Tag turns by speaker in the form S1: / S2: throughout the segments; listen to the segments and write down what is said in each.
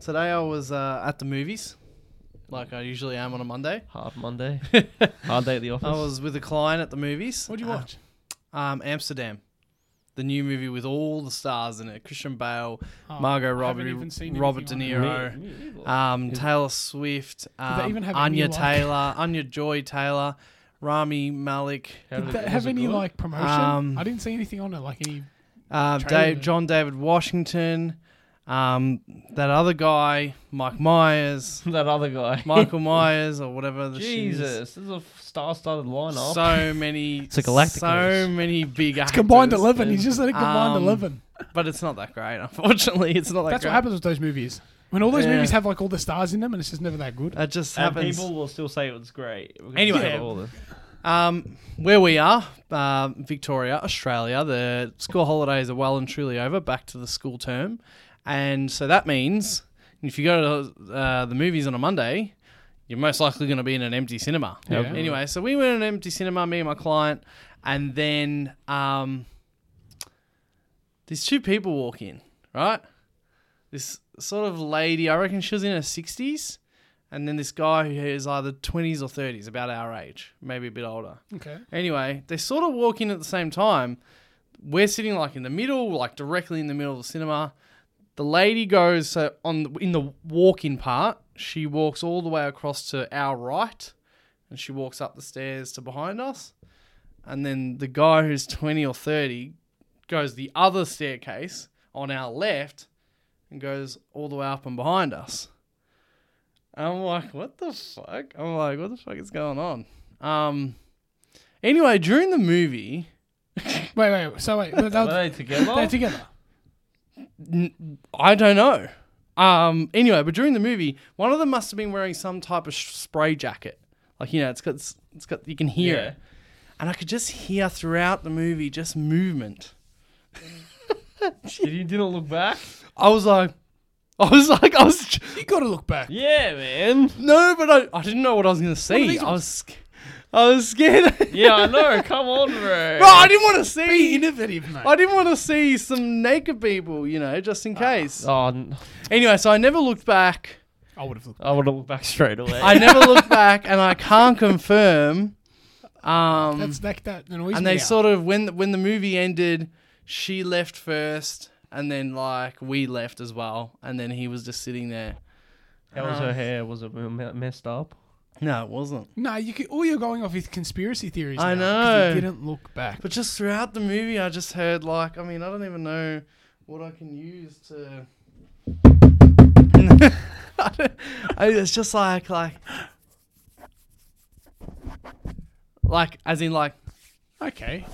S1: Today I was uh, at the movies, like I usually am on a Monday.
S2: Hard Monday.
S1: I
S2: Hard day at the office.
S1: was with a client at the movies.
S3: What'd you
S1: Uh,
S3: watch?
S1: um, Amsterdam, the new movie with all the stars in it: Christian Bale,
S3: Oh,
S1: Margot
S3: I haven't
S1: Robbie,
S3: even seen
S1: Robert De
S3: anything on it.
S1: Niro, um, Taylor Swift,
S3: Oh, they
S1: um,
S3: even have
S1: Anya
S3: any, like-
S1: Taylor, Anya Joy Taylor, Rami Malik,
S2: How
S3: Did
S2: did it-
S3: that
S2: was
S3: have
S2: it
S3: any
S2: good?
S3: like promotion?
S1: Um,
S3: I didn't see anything on it. Like any.
S1: uh,
S3: Trailer.
S1: Dave, John David Washington, um, that other guy, Mike Myers,
S2: that other guy?
S1: Michael Myers, or whatever the shit is.
S2: Jesus, this is a star-studded lineup.
S1: So many,
S2: a galactic
S1: so
S2: race.
S1: many big actors.
S3: Combined eleven. He's just at a combined
S1: Um,
S3: eleven.
S1: but it's not that great. Unfortunately, it's not that
S3: That's
S1: great.
S3: what happens with those movies. When all those
S1: Yeah. Uh,
S3: movies have like all the stars in them, and it's just never that good.
S1: That just
S2: and
S1: happens.
S2: people will still say it was great. We're gonna
S1: Anyway.
S2: say all this.
S1: Um, where we are, um, Victoria, Australia, the school holidays are well and truly over, back to the school term. And so that means if you go to uh, the movies on a Monday, you're most likely going to be in an empty cinema.
S3: Yeah.
S1: Anyway, so we were in an empty cinema, me and my client, and then um, these two people walk in, right? This sort of lady, I reckon she was in her 60s, and then this guy who is either 20s or 30s, about our age, maybe a bit older.
S3: Okay.
S1: Anyway, they sort of walk in at the same time. We're sitting like in the middle, like directly in the middle of the cinema. The lady goes so on the, in the walk-in part. She walks all the way across to our right, and she walks up the stairs to behind us. And then the guy who's twenty or thirty goes the other staircase on our left, and goes all the way up and behind us. And I'm like, what the fuck? I'm like, what the fuck is going on? Um. Anyway, during the movie,
S3: Wait, wait. wait. So wait. but
S2: Were
S3: they'll-
S2: they together?
S3: They're together.
S1: n- I don't know. Um, anyway, but during the movie, one of them must have been wearing some type of sh- spray jacket. Like you know, it's got s- it's got you can hear
S2: Yeah.
S1: it, and I could just hear throughout the movie just movement.
S2: Did you didn't look back?
S1: I was like, I was like, I was
S3: You got to look back.
S2: Yeah, man.
S1: no, but I, I didn't know what I was gonna see.
S3: these
S1: I was sc- I was scared.
S2: Yeah, I know. Come on, bro.
S1: Bro, I didn't want to
S3: Be
S1: see.
S3: innovative, mate.
S1: I didn't want to see some naked people, you know, just in case.
S2: Oh, n-
S1: Anyway, so I never looked back.
S3: I would have looked.
S2: I would have looked back straight away.
S1: I never looked back, and I can't confirm. Um,
S3: That's that. That annoys
S1: and
S3: me
S1: they
S3: now.
S1: sort of when when the movie ended, she left first, and then like we left as well, and then he was just sitting there.
S2: How was her hair? Was it me- messed up?
S1: No, it wasn't.
S3: No, you could, all you're going off is conspiracy theories.
S1: I
S3: now,
S1: know.
S3: 'cause You didn't look back.
S1: But just throughout the movie, I just heard like I mean I don't even know what I can use to. I don't- I, it's just like like like as in like
S3: okay.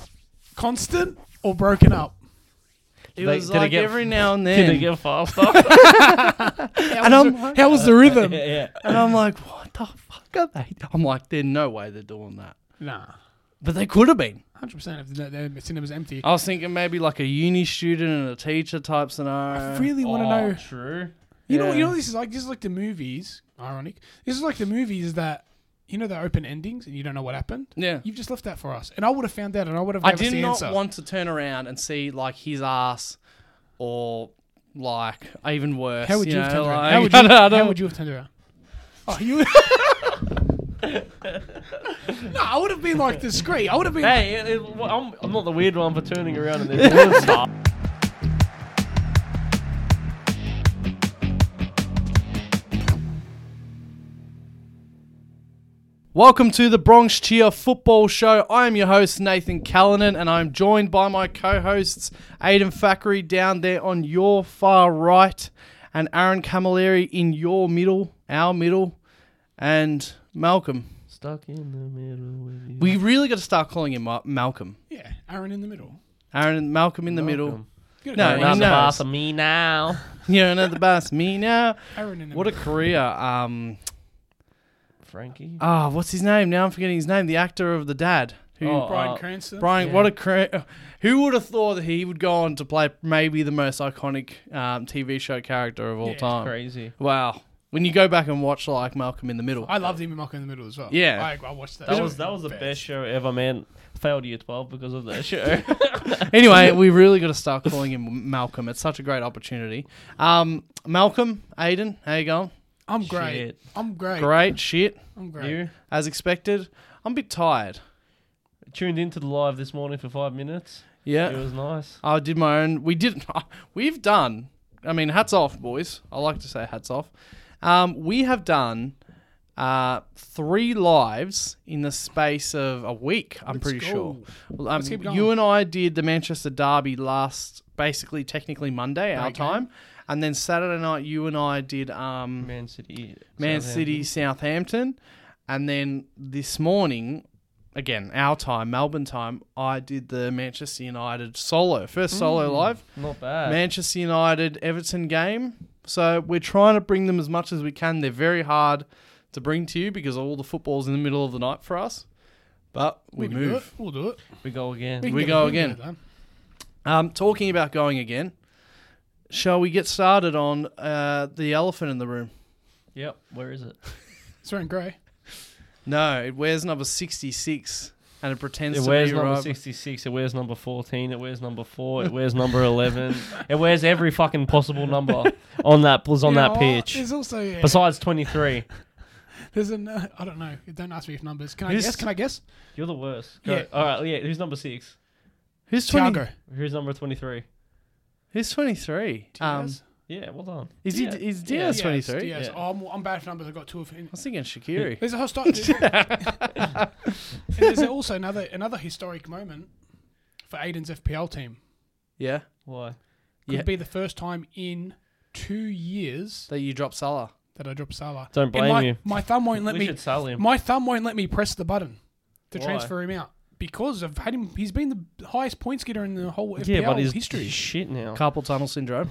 S3: Constant or broken up?
S1: it
S2: Did they-
S1: was
S2: did it
S1: like
S2: get-
S1: every now and then.
S2: Did it get faster?
S3: How
S1: And
S3: was
S1: I'm
S3: the, how was the rhythm?
S2: yeah.
S1: And I'm like, what the fuck are they? do-" I'm like, there's no way they're doing that.
S3: Nah,
S1: But they could have been.
S3: hundred percent. If the, the cinema's empty,
S1: I was thinking maybe like a uni student and a teacher type
S3: I
S1: scenario.
S3: really want to know.
S2: Oh, True.
S3: You know, you
S1: yeah.
S3: know, what this is like this is like the movies. Ironic. This is like the movies that you know they're open endings and you don't know what happened.
S1: yeah.
S3: You've just left that for us, and I would have found out, and I would have.
S1: I
S3: gave us
S1: did
S3: the
S1: not
S3: answer.
S1: want to turn around and see like his ass or like even worse.
S3: How would you, have
S1: know,
S3: turned around?
S1: like-
S3: How would
S1: I
S3: you,
S1: don't- I don't-
S3: how would you have turned around? Oh, you. no, I would have been like discreet. I would have been.
S2: Hey, it, it, well, I'm, I'm not the weird one for turning around and then doing stuff.
S1: Welcome to the Bronx Cheer Football Show. I am your host, Nathan Callanan, and I'm joined by my co hosts, Aidan Fackery down there on your far right, and Aaron Camilleri in your middle, our middle, and Malcolm.
S2: Stuck in the middle with you.
S1: We really got to start calling him Ma- Malcolm.
S3: Yeah, Aaron in the middle.
S1: Aaron and Malcolm in the middle.
S2: Malcolm.
S3: Good
S1: No,
S3: Aaron.
S1: he
S2: Not the
S1: knows.
S2: boss of me now.
S1: You're another boss, me now.
S3: Aaron in the
S1: What a
S3: middle.
S1: career. Um,
S2: Frankie.
S1: ah, what's his name? Now I'm forgetting his name. The actor of the dad. Who
S2: Oh,
S3: Brian
S2: uh,
S3: Cranston.
S1: Brian,
S3: Yeah.
S1: what a cra- who would have thought that he would go on to play maybe the most iconic um, TV show character of all
S3: Yeah,
S1: time?
S2: Crazy.
S1: Wow, When you go back and watch like Malcolm in the Middle,
S3: I loved him in Malcolm in the Middle as well.
S1: Yeah.
S3: I, I watched that.
S2: That was that was the best show ever, man. Failed year twelve because of that show.
S1: anyway, we really got to start calling him Malcolm. It's such a great opportunity. Um, Malcolm, Aiden, how you going?
S3: I'm great.
S2: Shit.
S3: I'm great.
S1: Great shit,
S3: I'm great.
S2: You
S1: as expected. I'm a bit tired.
S2: tuned into the live this morning for five minutes. It
S1: Yeah,
S2: was nice.
S1: I did my own. We did. We've done. I mean, hats off, boys. I like to say hats off. Um, we have done uh, three lives in the space of a week. I'm pretty
S3: go.
S1: sure. Well, um,
S3: keep
S1: You
S3: going.
S1: and I did the Manchester Derby last, basically technically Monday our
S3: Okay.
S1: time, and then Saturday night you and I did um,
S2: Man City.
S1: Man
S2: Southampton.
S1: City Southampton, and then this morning, again our time Melbourne time, I did the Manchester United solo first solo live
S2: Not bad.
S1: Manchester United Everton game. So we're trying to bring them as much as we can. They're very hard to bring to you because all the football's in the middle of the night for us. But we
S3: We can do
S1: move.
S3: it. We'll do it.
S2: We go again.
S1: We
S3: can
S1: go
S3: do it. can
S1: again.
S3: do it, though.
S1: Um, talking about going again, shall we get started on uh, the elephant in the room?
S2: Yep. Where is it?
S3: It's wearing grey.
S1: No, it wears number 66 and it pretends
S2: It
S1: to
S2: wears
S1: be
S2: number
S1: right.
S2: sixty six. It wears number fourteen. It wears number four. It wears number eleven. It wears every fucking possible number on that was on
S3: You know
S2: that
S3: what?
S2: pitch.
S3: oh, There's also yeah,
S2: Besides twenty three.
S3: there's an uh, I don't know. Don't ask me if numbers. Can I
S1: This-
S3: guess? Can I guess?
S2: You're the worst. Go.
S3: Yeah.
S2: All right. Yeah. Who's number six?
S1: Who's 20,
S3: Tiago.
S2: Who's number twenty three?
S1: Who's 23? Um,
S3: Diaz?
S2: Yeah. Well done.
S1: is
S2: Yeah.
S1: he? Is
S2: Yeah.
S1: Diaz
S3: Diaz,
S1: 23?
S3: Diaz.
S2: Yeah.
S3: Oh, I'm, I'm bad for numbers. I got two of him.
S1: I was thinking Shakiri.
S3: There's a historic. and there's also another another historic moment for Aiden's FPL team.
S1: yeah.
S2: Why?
S3: Could
S1: Yeah.
S3: be the first time in two years
S1: That you drop Salah.
S3: that I drop Salah.
S2: Don't
S3: And
S2: blame
S3: my,
S2: you.
S3: my thumb won't let
S2: we
S3: me.
S2: should sell him.
S3: My thumb won't let me press the button to
S2: Why?
S3: transfer him out because I've had him. He's been the highest points getter in the whole FPL
S2: yeah, but he's
S3: history.
S2: shit
S3: Oh.
S2: now.
S1: Carpal tunnel syndrome.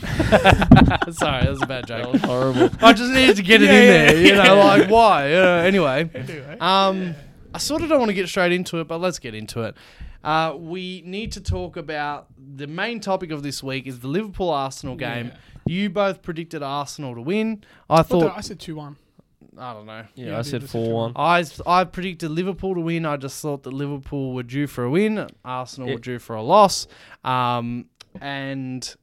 S1: Sorry, that was a bad
S2: That
S1: joke.
S2: was horrible.
S1: I just needed to get it in
S3: Yeah,
S1: there,
S3: yeah,
S1: you know, like why? You know, anyway.
S3: Anyway.
S1: Um, I sort of don't want to get straight into it, but let's get into it. Uh, we need to talk about the main topic of this week is the Liverpool Arsenal game. You both predicted Arsenal to win. I
S3: What the-
S1: thought
S3: I said two one.
S1: I don't know.
S2: Yeah,
S3: Yeah,
S2: I
S3: dude,
S2: said
S3: that's a
S2: four one.
S1: I I predicted Liverpool to win. I just thought that Liverpool were due for a win. Arsenal were
S2: It-
S1: due for a loss. Um, and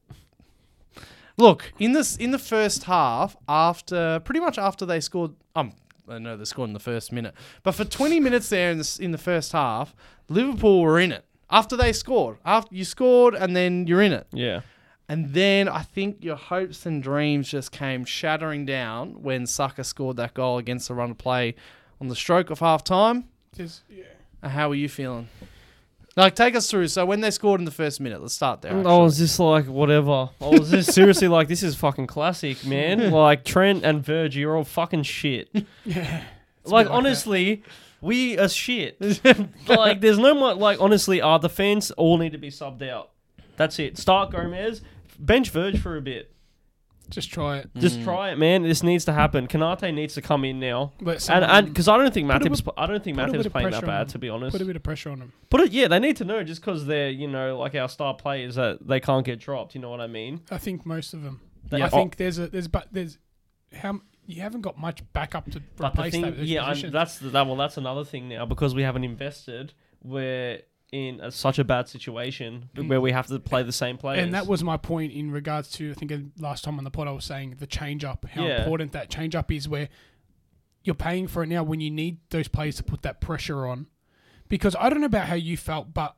S1: look in this in the first half, after pretty much after they scored, um, I know they scored in the first minute, but for twenty minutes there in the, s- in the first half, Liverpool were in it. After they scored, after you scored, and then you're in it.
S2: Yeah.
S1: And then I think your hopes and dreams just came shattering down when Saka scored that goal against the run of play on the stroke of half time.
S3: Just- yeah.
S1: How are you feeling? Like, take us through. So, when they scored in the first minute, let's start there.
S2: I
S1: actually.
S2: was just like, whatever. I was just seriously like, this is fucking classic, man. Like Trent and Virgil, you're all fucking shit.
S3: Yeah.
S2: like
S3: like that.
S2: honestly, we are shit. like there's no more. Like honestly, our the fans all need to be subbed out. That's it. Start Gomez, bench Verge for a bit.
S3: Just try it.
S2: Just try it, man. This needs to happen. Kanate needs to come in now.
S3: But
S2: And
S3: someone-
S2: and because I don't think
S3: Put a
S2: Matip's,
S3: bit-
S2: I don't think
S3: put a bit
S2: Matip's
S3: of
S2: playing that
S3: pressure on
S2: bad
S3: him.
S2: to be honest.
S3: put a bit of pressure on him.
S2: But it, yeah, they need to know just because they're you know like our star players that they can't get dropped. You know what I mean?
S3: I think most of them.
S2: They-
S3: I think there's a there's but there's how m- you haven't got much backup to
S2: But the
S3: replace
S2: thing,
S3: that. those
S2: yeah, and
S3: positions.
S2: that's the, that. Well, that's another thing now because we haven't invested. We're in a, such a bad situation where we have to play the same players.
S3: Mm. and that was my point in regards to I think in- last time on the pod I was saying the change up, how
S2: Yeah.
S3: important that change up is where you're paying for it now when you need those players to put that pressure on. Because I don't know about how you felt, but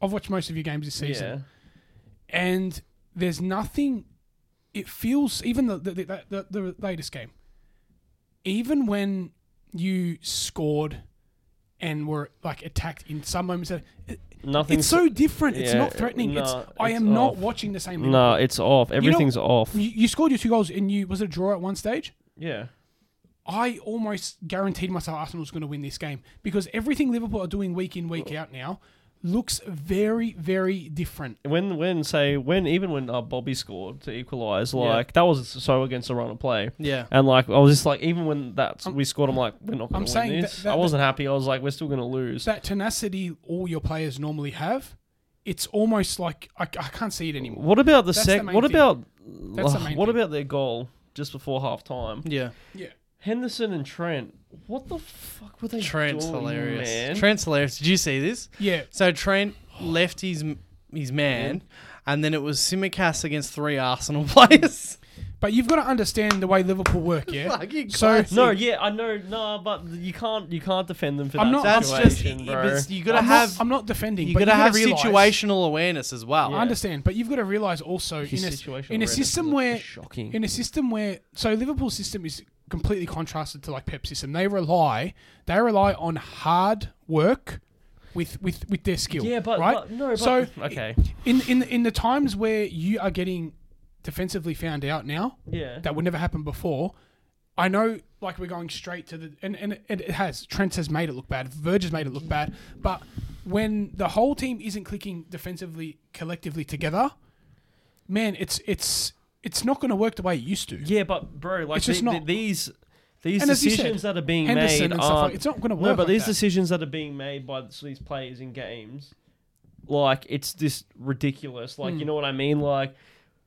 S3: I've watched most of your games this season.
S2: yeah.
S3: and there's nothing. It feels even the the, the, the the latest game, even when you scored and were like attacked in some moments, it,
S2: Nothing.
S3: it's so different. it's
S2: yeah,
S3: not threatening. it's
S2: no,
S3: I
S2: it's
S3: am not
S2: off.
S3: watching the same.
S2: no, it's off. Everything's off.
S3: you, you scored your two goals and you was it a draw at one stage?
S2: Yeah,
S3: I almost guaranteed myself Arsenal's going to win this game because everything Liverpool are doing week in week out now looks very very different.
S2: when when say when even when uh, Bobby scored to equalise, like that was so against the run of play.
S1: yeah.
S2: And like I was just like, even when that we scored, I'm like, we're not going
S3: I'm
S2: to win
S3: saying
S2: this.
S3: that- that-
S2: I wasn't happy. I was like, we're still going to lose.
S3: that tenacity all your players normally have, it's almost like I, I can't see it anymore.
S2: What about the
S3: That's the
S2: sec?
S3: main
S2: what
S3: thing.
S2: about uh,
S3: That's the main
S2: what
S3: thing.
S2: about their goal? just before half time.
S1: Yeah.
S2: Henderson and Trent, what the fuck were they
S1: Trent's
S2: doing,
S1: hilarious.
S2: man?
S1: Trent's hilarious. Did you see this?
S3: Yeah.
S1: So Trent left his his man, and then it was Simicast against three Arsenal players.
S3: But you've got to understand the way Liverpool work, yeah?
S1: Fucking
S3: So-
S1: classic.
S2: no, yeah, I know, nah, but you can't, you can't defend them for
S3: I'm
S2: that
S3: not-
S1: that's just
S2: situation, bro.
S1: it's- you gotta
S3: I'm not-
S1: have
S3: I'm not defending.
S1: you
S3: but
S1: gotta have
S3: realise-
S1: situational awareness as well.
S2: Yeah.
S3: I understand, but you've got to realise also
S2: His
S3: in a,
S2: situation
S3: in a
S2: awareness is
S3: system where
S2: shocking.
S3: in a system where so Liverpool's system is completely contrasted to like Pep's system. They rely they rely on hard work with with with their skill.
S2: yeah, but,
S3: right.
S2: but no, but,
S3: so
S2: okay,
S3: in in in the times where you are getting defensively found out now
S2: yeah,
S3: that would never happen before. I know, like we're going straight to the and and it, it has Trent has made it look bad. Verge has made it look bad, but when the whole team isn't clicking defensively collectively together, man, it's it's it's not going to work the way it used to.
S2: yeah, but bro, like
S3: It's just
S2: the- the-
S3: not-
S2: these these
S3: And as you said,
S2: decisions that are being
S3: Henderson
S2: made
S3: and stuff
S2: are
S3: like it's not going to work.
S2: no, but
S3: like
S2: these
S3: that.
S2: decisions that are being made by th- these players in games, like it's this ridiculous.
S3: Hmm.
S2: Like you know what I mean? Like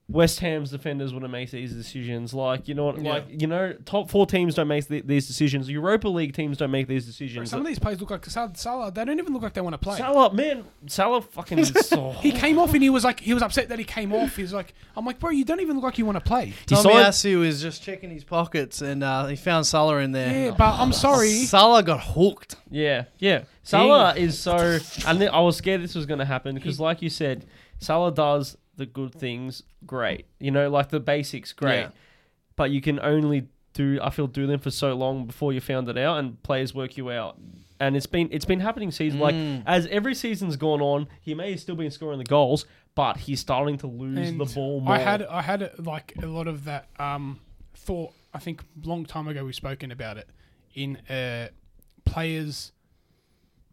S2: West Ham's defenders wouldn't make these decisions. Like you know, what,
S3: Yeah.
S2: like you know, top four teams don't make th- these decisions. Europa League teams don't make these decisions.
S3: some of these players look like Sal- Salah. They don't even look like they want to play.
S2: Salah, man, Salah fucking. oh.
S3: He came off and he was like, he was upset that he came off. He's like, I'm like, bro, you don't even look like you want to play.
S2: He
S1: Tommy
S2: signed-
S1: Asu was just checking his pockets, and uh, he found Salah in there.
S3: Yeah, but I'm sorry.
S1: Salah got hooked.
S2: Yeah, yeah. Salah is so. And I was scared this was going to happen because, like you said, Salah does the good things great. You know, like the basics great.
S1: Yeah.
S2: But you can only do. I feel do them for so long before you found it out, and players work you out. And it's been it's been happening season
S3: Mm.
S2: like as every season's gone on. He may have still been scoring the goals, but he's starting to lose
S3: And
S2: the ball more.
S3: I had I had like a lot of that um, thought. I think long time ago we've spoken about it in uh, players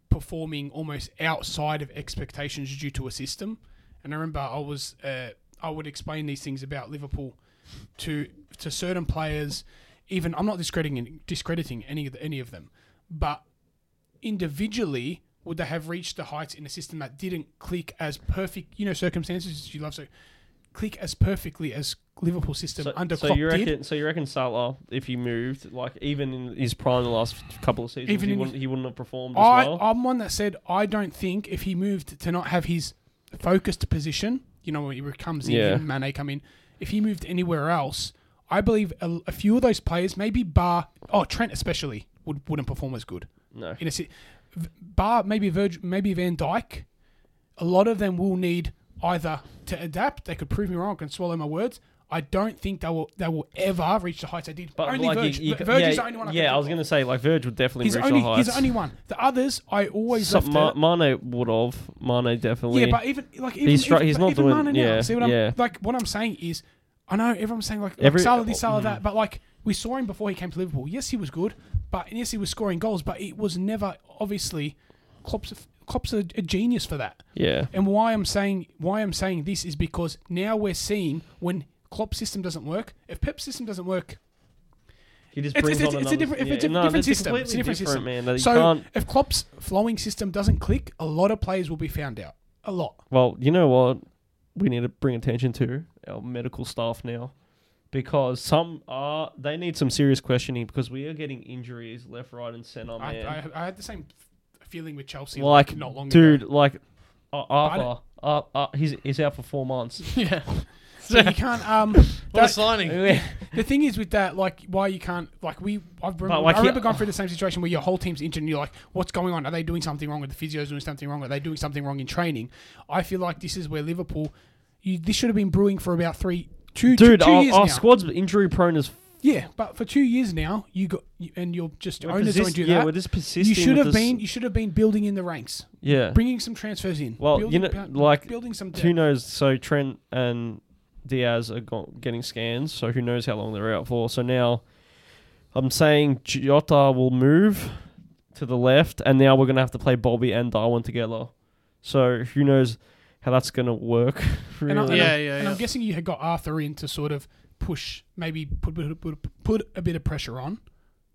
S3: performing almost outside of expectations due to a system. And I remember I was uh, I would explain these things about Liverpool to to certain players. Even I'm not discrediting discrediting any of the, any of them, but individually would they have reached the heights in a system that didn't click as perfect? You know, circumstances you love so click as perfectly as Liverpool system under Klopp
S2: you reckon?
S3: did.
S2: So you reckon Salah, if he moved, like even in his prime, the last couple of seasons,
S3: Even
S2: he,
S3: in-
S2: wouldn't, he wouldn't have performed as
S3: I,
S2: well.
S3: I'm one that said I don't think if he moved to not have his focused position, you know, when he comes in,
S2: Yeah.
S3: him, Mane come in. If he moved anywhere else, I believe a, a few of those players, maybe Bar, oh Trent especially, would wouldn't perform as good.
S2: no,
S3: In a si- V- Bar, maybe Virg, maybe Van Dyke. A lot of them will need either to adapt. They could prove me wrong. I can swallow my words. I don't think they will. They will ever reach the heights they did.
S2: But
S3: only
S2: like,
S3: Virg.
S2: you, you,
S3: Virg
S2: yeah,
S3: is the only one. I can
S2: yeah, I
S3: think
S2: was
S3: of.
S2: gonna say like Verge would definitely
S3: He's
S2: reach
S3: only
S2: the heights.
S3: he's the only one. The others, I always
S2: So,
S3: left
S2: Ma-
S3: out.
S2: Mane would have. Mane definitely.
S3: Yeah, but even like even
S2: He's try-
S3: even,
S2: he's
S3: but
S2: not
S3: even
S2: doing-
S3: Mane now.
S2: yeah,
S3: See what
S2: yeah.
S3: I'm like? What I'm saying is, I know everyone's saying like, like
S2: Every- mm.
S3: Salah this, Salah that, but like we saw him before he came to Liverpool. Yes, he was good, but and yes, he was scoring goals, but it was never obviously Klopp's Klopp's a, a genius for that.
S2: yeah,
S3: And why I'm saying why I'm saying this is because now we're seeing when Klopp's system doesn't work, if Pep's system doesn't work,
S2: he just
S3: it's-
S2: brings
S3: it's-
S2: on
S3: it's a
S2: another-
S3: different- if
S2: yeah,
S3: it's a
S2: no,
S3: different
S2: that's
S3: system,
S2: completely
S3: it's a different system.
S2: man. That you
S3: so
S2: can't.
S3: if Klopp's flowing system doesn't click, a lot of players will be found out. A lot.
S2: Well, you know what? We need to bring attention to our medical staff now, because some are they need some serious questioning because we are getting injuries left, right, and center,
S3: I,
S2: Oh, man.
S3: I, I had the same f- feeling with Chelsea like,
S2: like,
S3: not long
S2: dude,
S3: ago.
S2: like uh, Arthur, uh, uh, he's he's out for four months.
S1: Yeah.
S3: So you can't. Um,
S1: What a
S3: that-
S1: signing.
S3: the thing is with that, like, why you can't, like, we. I've remember,
S2: like,
S3: I remember
S2: yeah.
S3: going through the same situation where your whole team's injured, and you're like, "What's going on? Are they doing something wrong? Are the physios doing something wrong? Are they doing something wrong in training?" I feel like this is where Liverpool. You, this should have been brewing for about three, two, two-
S2: Dude,
S3: two
S2: our,
S3: years
S2: our
S3: now.
S2: squad's injury prone as
S3: Yeah, but for two years now, you got you- and you're just
S2: We're
S3: owners
S2: persist-
S3: don't do
S2: yeah,
S3: that.
S2: we're just
S3: you
S2: persisting.
S3: should
S2: with
S3: have
S2: this-
S3: been you should have been building in the ranks,
S2: Yeah.
S3: bringing some transfers in.
S2: Well, you
S3: building,
S2: know,
S3: bu-
S2: like,
S3: building some
S2: who
S3: depth.
S2: knows? So Trent and Diaz are go- getting scans. So who knows how long they're out for? So now, I'm saying Jota will move to the left, and now we're gonna have to play Bobby and Darwin together. So who knows how that's gonna work?
S3: And, I,
S2: really.
S3: and,
S1: Yeah,
S3: I'm,
S1: yeah,
S3: and
S1: yeah.
S3: I'm guessing you had got Arthur in to sort of push, maybe put put, put, put a bit of pressure on,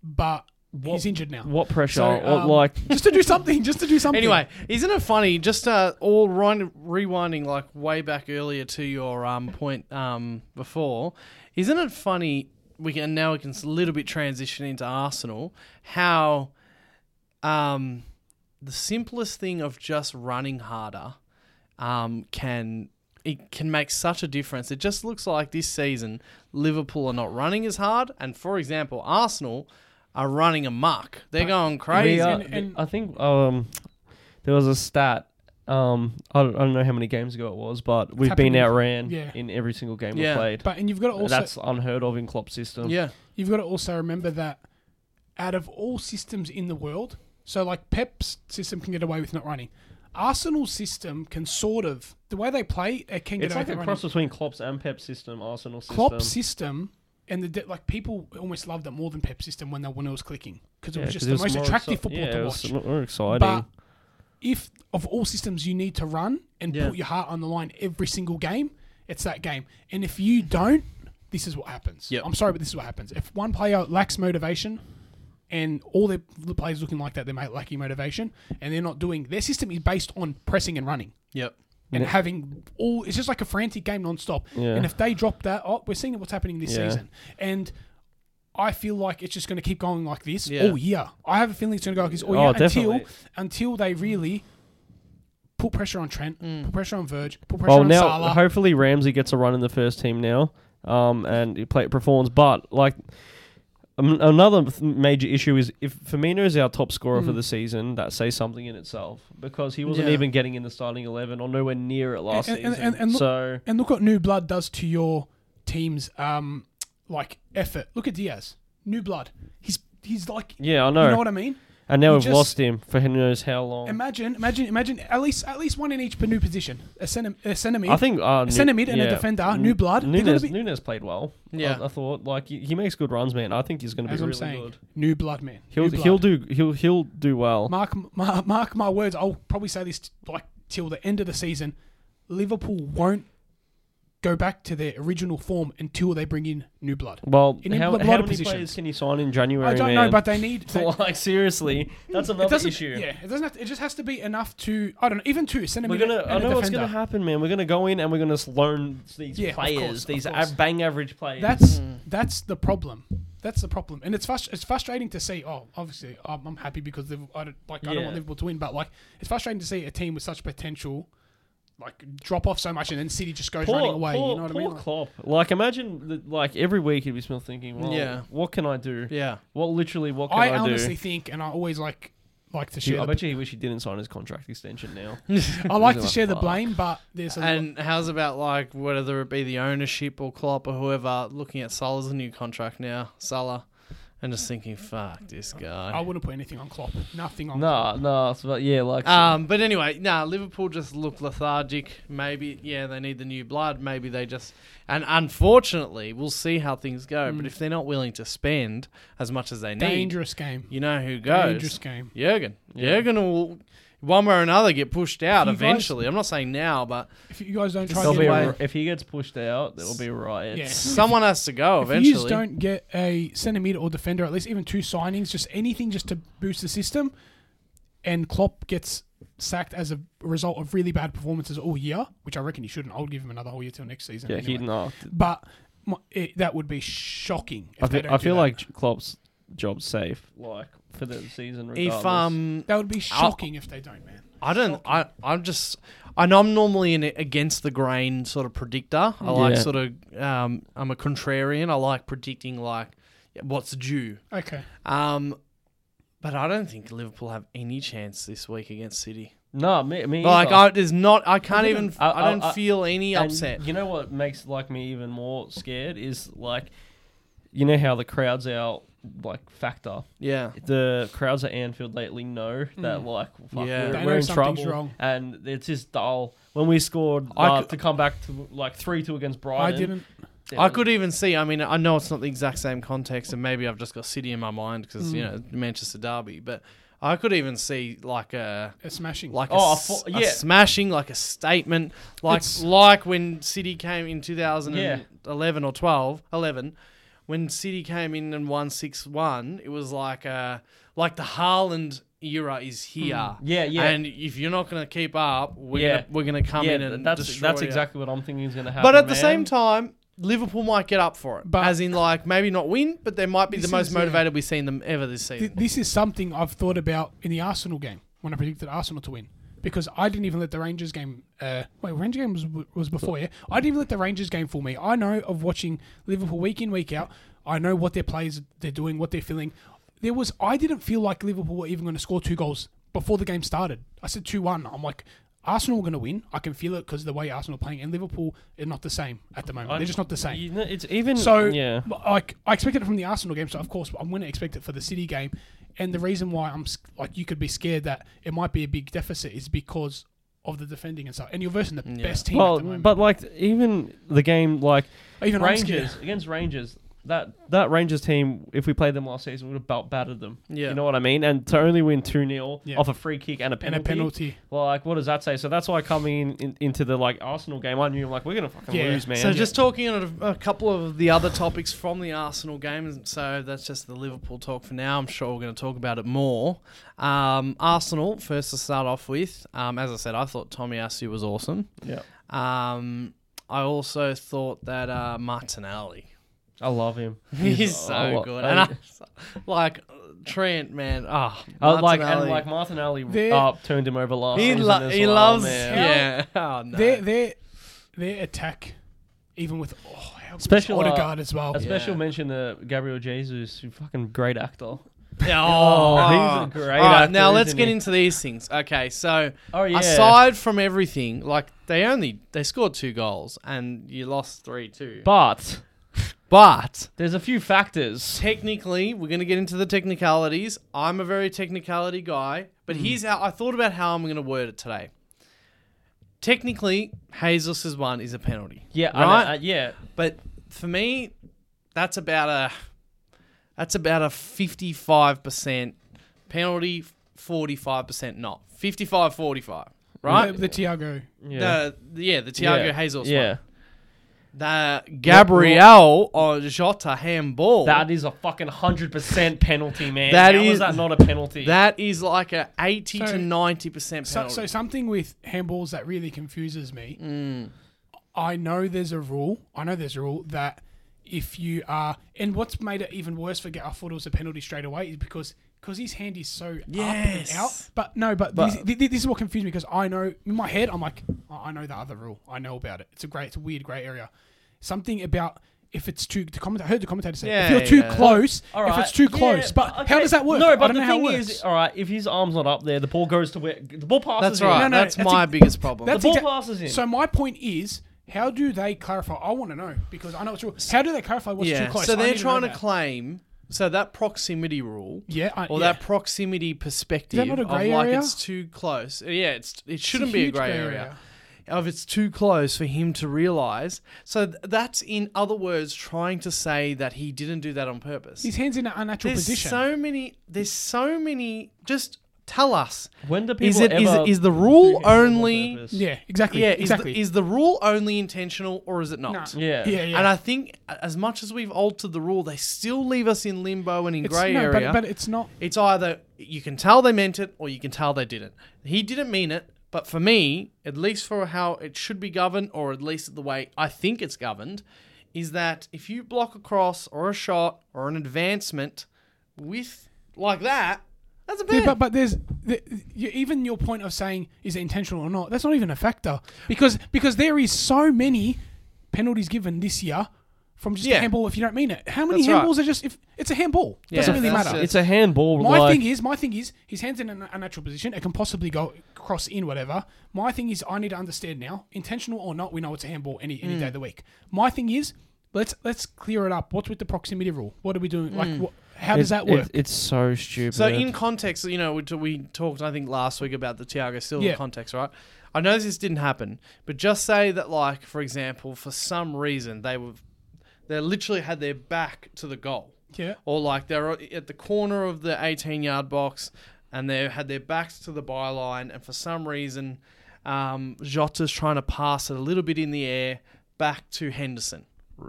S3: but he's injured now.
S2: What pressure?
S3: So,
S2: or
S3: um,
S2: like
S3: just to do something, just to do something.
S1: Anyway, isn't it funny? Just uh, all rewind, rewinding like way back earlier to your um, point um, before, isn't it funny we can now we can s- a little bit transition into Arsenal. How um, the simplest thing of just running harder um, can it can make such a difference. It just looks like this season Liverpool are not running as hard, and for example, Arsenal are running amok. They're going
S2: We
S1: crazy.
S2: are-
S3: And- and-
S2: I think um, there was a stat. Um, I don't, I don't know how many games ago it was, but we've been
S3: happened in-
S2: outran
S3: yeah.
S2: in every single game
S1: Yeah.
S2: we played.
S3: But and you've got to also
S2: That's unheard of in Klopp's system.
S1: yeah,
S3: you've got to also remember that out of all systems in the world, so like Pep's system can get away with not running. Arsenal's system can sort of the way they play it can get
S2: It's
S3: away
S2: like a
S3: with not
S2: cross
S3: running.
S2: between Klopp's and Pep's system, Arsenal system.
S3: Klopp's system and the de- like people almost loved it more than Pep's system when they when it was clicking because it
S2: Yeah,
S3: was
S2: 'cause
S3: just the most
S2: more
S3: attractive
S2: exci-
S3: football
S2: yeah,
S3: to
S2: it
S3: watch.
S2: was more exciting.
S3: But if of all systems you need to run and
S1: Yeah.
S3: put your heart on the line every single game, it's that game. And if you don't, this is what happens.
S1: Yep.
S3: I'm sorry, but this is what happens. If one player lacks motivation and all their the players looking like that, they might lacking motivation and they're not doing their system is based on pressing and running.
S1: yep.
S3: And
S2: Yeah.
S3: having all it's just like a frantic game non-stop.
S2: Yeah.
S3: And if they drop that, oh, we're seeing what's happening this
S2: Yeah.
S3: season. And I feel like it's just going to keep going like this
S1: Yeah.
S3: all year. I have a feeling it's going to go like this all
S2: Oh,
S3: year until
S2: definitely.
S3: until they really put pressure on Trent,
S1: Mm.
S3: put pressure on Verge, put pressure
S2: well,
S3: on
S2: now
S3: Salah.
S2: hopefully Ramsey gets a run in the first team now, um, and he play performs. But like um, another th- major issue is if Firmino is our top scorer for
S3: Mm.
S2: the season, that says something in itself because he wasn't
S1: Yeah.
S2: even getting in the starting eleven or nowhere near it last
S3: And- and-
S2: season.
S3: and- and look-
S2: so
S3: and look what new blood does to your team's um like effort. Look at Diaz, new blood. He's he's like
S2: yeah, I know.
S3: you know what I mean.
S2: and now
S3: you
S2: we've
S3: just-
S2: lost him for who knows how long.
S3: Imagine, imagine, imagine. At least, at least one in each new position. A centimeter, a centimeter.
S2: I think uh, Nu-
S3: centre mid and a defender, new blood, they're gonna
S2: Nunes,
S3: be-
S2: Nunes played well.
S1: Yeah.
S2: I, I thought like he, he makes good runs, man. I think he's going to be
S3: as I'm
S2: really
S3: saying,
S2: good.
S3: new blood man.
S2: He'll
S3: new
S2: he'll
S3: blood.
S2: do he'll he'll do well.
S3: Mark, mark mark my words. I'll probably say this t- like till the end of the season. Liverpool won't go back to their original form until they bring in new blood.
S2: Well,
S3: In
S2: how,
S3: a lot
S2: how
S3: of
S2: many
S3: positions.
S2: players can you sign in January?
S3: I don't know,
S2: man?
S3: but they need. They,
S2: like seriously, that's
S3: it
S2: another
S3: doesn't.
S2: issue.
S3: Yeah, it doesn't. Have to, it just has to be enough to. I don't know. Even two
S2: We're
S3: centimeter.
S2: gonna. I know what's gonna happen, man. We're gonna go in and we're gonna s- loan these
S3: Yeah, of
S2: players,
S3: course, of
S2: these a-
S3: course.
S2: bang average players.
S3: That's
S2: Hmm.
S3: that's the problem. That's the problem, and it's frust- it's frustrating to see. Oh, obviously, I'm, I'm happy because Liv- I don't like I don't
S2: Yeah.
S3: want Liverpool to win, but like it's frustrating to see a team with such potential like drop off so much, and then City just goes
S2: poor,
S3: running away.
S2: poor,
S3: you know what I
S2: poor
S3: mean? Like,
S2: Klopp. Like imagine, the, like every week he'd be still thinking, well,
S1: Yeah.
S2: what can I do?
S1: Yeah.
S2: What literally? What can
S3: I,
S2: I,
S3: honestly
S2: do?
S3: think, and I always like like to
S2: Gee,
S3: share.
S2: I
S3: the-
S2: bet you he wish he didn't sign his contract extension now.
S3: I like to
S2: Fuck.
S3: share the blame, but there's a lot.
S1: And how's about like whether it be the ownership or Klopp or whoever looking at Salah's new contract now, Salah, and just thinking, fuck this
S3: I
S1: guy.
S3: wouldn't put anything on Klopp. Nothing on.
S2: nah, nah, it's about- yeah, like
S1: Um, but anyway, nah, Liverpool just look lethargic. Maybe yeah, they need the new blood. Maybe they just and unfortunately, we'll see how things go. But if they're not willing to spend as much as they need,
S3: Hmm. Dangerous game.
S1: you know who goes?
S3: Dangerous game.
S1: Jurgen.
S2: Yeah.
S1: Jurgen will one way or another get pushed out
S3: You guys-
S1: eventually. I'm not saying now, but
S3: If you guys don't try
S1: They'll
S3: to
S2: there'll
S3: get
S2: be a
S1: way-
S2: ri- if he gets pushed out, there'll be riots.
S3: Yeah.
S1: someone has to go
S3: If you
S1: eventually.
S3: just don't get a centimeter or defender, at least even two signings, just anything just to boost the system, and Klopp gets sacked as a result of really bad performances all year, which I reckon he shouldn't. I would give him another whole year till next season.
S2: Yeah,
S3: anyway.
S2: he'd not.
S3: But my, it, that would be shocking. If
S2: I
S3: they
S2: feel,
S3: don't
S2: I
S3: do
S2: feel
S3: that.
S2: like J- Klopp's job's safe, like for the season. Regardless.
S1: if um
S3: that would be shocking if they don't, man.
S1: I don't I I'm just I know I'm normally an against the grain sort of predictor. I like
S2: Mm. Yeah.
S1: sort of um I'm a contrarian. I like predicting like what's due.
S3: Okay,
S1: Um but I don't think Liverpool have any chance this week against City.
S2: no, me, me
S1: Like
S2: either.
S1: I there's not I can't even
S2: I-
S1: I don't
S2: I- I-
S1: feel any
S2: And
S1: upset.
S2: You know what makes like me even more scared is like, you know how the crowds out like factor.
S1: Yeah.
S2: The crowds at Anfield lately know that like fuck,
S1: Hmm. Yeah.
S2: we're,
S1: They
S3: know
S2: we're in
S3: something's
S2: trouble,
S3: wrong.
S2: and it's just dull. When we scored
S1: I
S2: uh,
S1: cou-
S2: to come back to like three two against
S3: I
S2: Brighton,
S3: didn't.
S2: yeah,
S1: I could even see. I mean, I know it's not the exact same context, and maybe I've just got City in my mind because you
S2: Mm.
S1: know Manchester derby. But I could even see like a
S3: It's smashing.
S1: like a,
S2: Oh, a
S1: s-
S2: fo-
S1: a
S2: yeah.
S1: smashing, like a statement, like
S3: It's-
S1: like when City came in 2011 or 12, 11, when City came in and won six one. It was like uh like the Haaland era is here.
S2: Hmm. Yeah, yeah.
S1: And if you're not gonna keep up, we're
S2: Yeah.
S1: gonna, we're gonna come
S2: yeah,
S1: in and
S2: that's
S1: destroy
S2: that's
S1: you.
S2: exactly what I'm thinking is going to happen.
S1: But at the
S2: man.
S1: same time, Liverpool might get up for it,
S3: But-
S1: as in like maybe not win, but they might be the
S3: This
S1: most
S3: is, yeah.
S1: motivated we've seen them ever this season.
S3: Th- this is something I've thought about in the Arsenal game when I predicted Arsenal to win because I didn't even let the Rangers game. Uh, wait, Rangers game was was before, yeah. I didn't even let the Rangers game fool me. I know of watching Liverpool week in week out. I know what their players they're doing, what they're feeling. There was I didn't feel like Liverpool were even going to score two goals before the game started. I said two one. I'm like. Arsenal are going to win. I can feel it because the way Arsenal are playing, and Liverpool are not the same at the moment.
S2: I'm-
S3: They're just not the same.
S2: You know, it's even
S3: So
S2: yeah.
S3: m- like I expected it from the Arsenal game, so of course I'm going to expect it for the City game. And the reason why I'm s- like you could be scared that it might be a big deficit is because of the defending and stuff. And you're versing the
S1: Yeah.
S3: best team at
S2: Well,
S3: the moment.
S2: but like even the game like
S3: Even I'm scared.
S2: Rangers against Rangers. That that Rangers team, if we played them last season, would have belt battered them.
S1: Yeah.
S2: You know what I mean? And to only win 2 0
S3: Yeah.
S2: off a free kick and a
S3: and
S2: penalty.
S3: a penalty.
S2: Like, what does that say? So that's why coming in, in, into the like Arsenal game, I knew like we're gonna fucking
S3: Yeah.
S2: lose, man.
S1: so just talking on a, a couple of the other topics from the Arsenal game, and so that's just the Liverpool talk for now. I'm sure we're going to talk about it more. Um, Arsenal first to start off with. Um, as I said, I thought Tommy Asu was awesome.
S2: yeah,
S1: Um, I also thought that uh, Martinelli
S2: I love him.
S1: He's so
S2: I lo-
S1: good.
S2: Oh, I-
S1: And I, like uh, Trent, man. Ah,
S2: I like and
S1: Martinelli.
S2: like Martinelli
S3: They're-
S2: uh, turned him over last.
S1: he,
S2: season
S1: lo-
S2: as
S1: he
S2: well,
S1: loves.
S2: man.
S1: Yeah. Oh, no.
S3: Their their their attack, even with oh, how good
S2: Special, uh,
S3: Odegaard as well.
S2: A special
S1: Yeah.
S2: mention to Gabriel Jesus, who fucking great actor.
S1: Yeah,
S2: Oh, he's a
S1: All
S2: great
S1: right,
S2: actor,
S1: now let's
S2: isn't
S1: get
S2: he?
S1: into these things. Okay, so
S2: Oh yeah.
S1: aside from everything, like they only they scored two goals and you lost three two.
S2: but
S1: but
S2: there's a few factors.
S1: technically, we're going to get into the technicalities. I'm a very technicality guy, but
S2: Hmm.
S1: here's how I thought about how I'm going to word it today. Technically, Hazel's one is a penalty.
S2: Yeah, I know,
S1: right.
S2: uh, yeah.
S1: but for me, that's about a that's about a 55 percent penalty, 45 percent not 55 45. Right?
S3: The, the Tiago.
S2: Yeah.
S1: The, yeah, the Thiago
S2: yeah.
S1: Hazel's
S2: Yeah.
S1: one. The Gabriel or Jota handball.
S2: That is a fucking hundred percent penalty, man.
S1: That
S2: How is
S1: is-
S2: that not a penalty?
S1: That is like a 80
S3: So-
S1: to 90 percent
S3: So,
S1: penalty.
S3: so something with handballs that really confuses me.
S2: Mm.
S3: I know there's a rule. I know there's a rule that if you are, and what's made it even worse for Ga- I thought it was a penalty straight away is because because his hand is so up
S1: Yes.
S3: and out. But no, but,
S2: But-
S3: this, thi- this is what confused me because I know in my head I'm like I I know the other rule. I know about it. It's a great, it's a weird grey area. Something about. If it's too, the commentator, I heard the commentator say,
S1: Yeah,
S3: if you're too
S1: yeah.
S3: close,
S2: All right.
S3: if it's too
S2: Yeah,
S3: close, but
S2: okay.
S3: how does that work?
S2: No,
S3: I
S2: but
S3: don't
S2: the
S3: know how it
S2: thing
S3: works.
S2: is, all right, if his arm's not up there, the ball goes to where the ball passes.
S1: that's right.
S3: No,
S2: In.
S3: no,
S1: that's,
S3: that's
S1: my
S3: ex-
S1: biggest problem.
S3: that's
S2: The ball
S3: exa-
S2: passes in.
S3: So my point is, how do they clarify? I want to know because I know it's true. How do they clarify what's
S1: yeah.
S3: too close?
S1: So
S3: I
S1: they're
S3: need know
S1: trying to
S3: that.
S1: claim so that proximity rule.
S3: yeah, I,
S1: or
S3: yeah.
S1: that proximity perspective
S3: Is that not a
S1: of
S3: grey
S1: like
S3: area?
S1: it's too close. Uh, Yeah, it's it
S3: It's
S1: shouldn't be a
S3: huge
S1: grey area. Of it's too close for him to realize. So th- that's in other words trying to say that he didn't do that on purpose.
S3: His hands in an unnatural
S1: there's
S3: position.
S1: so many. There's so many. Just tell us.
S2: When do people
S1: Is it is
S2: ever
S1: is the rule
S2: do things on
S1: only?
S2: purpose?
S3: yeah, exactly.
S1: Yeah,
S3: exactly.
S1: is, the, is the rule only intentional or is it not?
S3: No.
S2: Yeah.
S3: yeah, yeah.
S1: And I think a- as much as we've altered the rule, they still leave us in limbo and in
S3: it's,
S1: grey
S3: no,
S1: area.
S3: but, but it's not.
S1: It's either you can tell they meant it or you can tell they didn't. He didn't mean it, but for me, at least for how it should be governed, or at least the way I think it's governed, is that if you block a cross or a shot or an advancement with like that, that's a pen.
S3: Yeah, but but there's the, you, even your point of saying is it intentional or not. That's not even a factor because because there is so many penalties given this year from just
S1: Yeah.
S3: a handball if you don't mean it. How many
S1: That's right.
S3: handballs are just if it's a handball? Doesn't really
S1: that's
S3: matter.
S1: it.
S2: It's a handball.
S3: My
S2: like,
S3: thing is, my thing is, his hands in an unnatural position. It can possibly go cross in, whatever. My thing is, I need to understand now, intentional or not. We know it's a handball any any day
S2: Mm.
S3: of the week. My thing is, let's let's clear it up. What's with the proximity rule? What are we doing? Like, wh- how does
S2: Mm. it-
S3: that work?
S2: it- it's so stupid.
S1: So in context, you know, we, we talked I think last week about the Thiago Silva
S3: Yeah.
S1: context, right? I know this didn't happen, but just say that, like for example, for some reason they were they literally had their back to the goal,
S3: yeah,
S1: or like they're at the corner of the 18 yard box and they had their backs to the byline, and for some reason, um, Jota's trying to pass it a little bit in the air back to Henderson.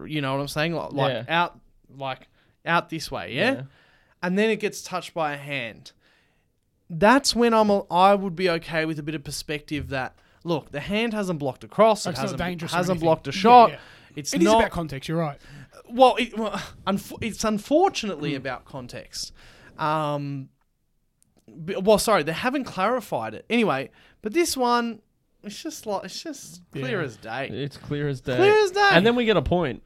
S1: You know what I'm saying? Like, like
S2: Yeah.
S1: out, like out this way, yeah?
S2: Yeah.
S1: And then it gets touched by a hand. That's when I'm a, I would be okay with a bit of perspective that look, the hand hasn't blocked a cross,
S3: It's
S1: it
S3: not
S1: hasn't
S3: dangerous or
S1: hasn't
S3: anything.
S1: blocked a
S3: Yeah,
S1: shot.
S3: yeah.
S1: It's
S3: It is
S1: not
S3: about context. You're right.
S1: well, it, well unf- it's
S2: Hmm.
S1: unfortunately about context. Um, b- well, sorry, they haven't clarified it anyway. But this one, it's just like it's just clear
S3: Yeah.
S1: as day,
S2: It's clear as day.
S1: clear as day.
S2: And then we get a point,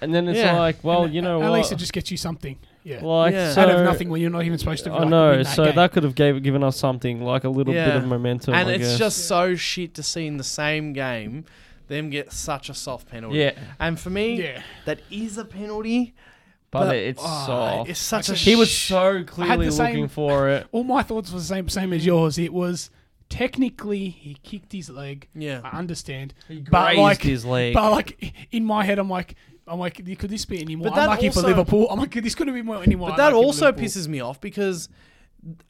S2: and then it's
S1: Yeah.
S2: like, well, you know
S3: At
S2: what?
S3: least it just gets you something. Yeah.
S2: like
S1: Yeah.
S2: so.
S3: Out of nothing when you're not even supposed to.
S2: I
S3: like,
S2: know.
S3: win
S2: So
S3: game.
S2: that could have gave, given us something like a little
S1: Yeah.
S2: bit of momentum.
S1: and
S2: I
S1: it's
S2: guess.
S1: just so shit to see in the same game them get such a soft penalty.
S2: yeah,
S1: And for me,
S3: Yeah.
S1: that is a penalty.
S2: but, it's
S1: oh,
S2: soft.
S1: It's such a.
S3: Like,
S2: he was
S1: sh-
S2: so clearly
S3: same-
S2: looking for it.
S3: All my thoughts were the same same as yours. It was technically he kicked his leg.
S1: Yeah.
S3: I understand.
S2: He
S3: but
S2: grazed
S3: like,
S2: his leg.
S3: but like in my head, I'm like, I'm like, could this be any more
S1: But that
S3: unlucky for
S1: also-
S3: Liverpool? I'm like, this couldn't be more anymore.
S1: But that also pisses me off because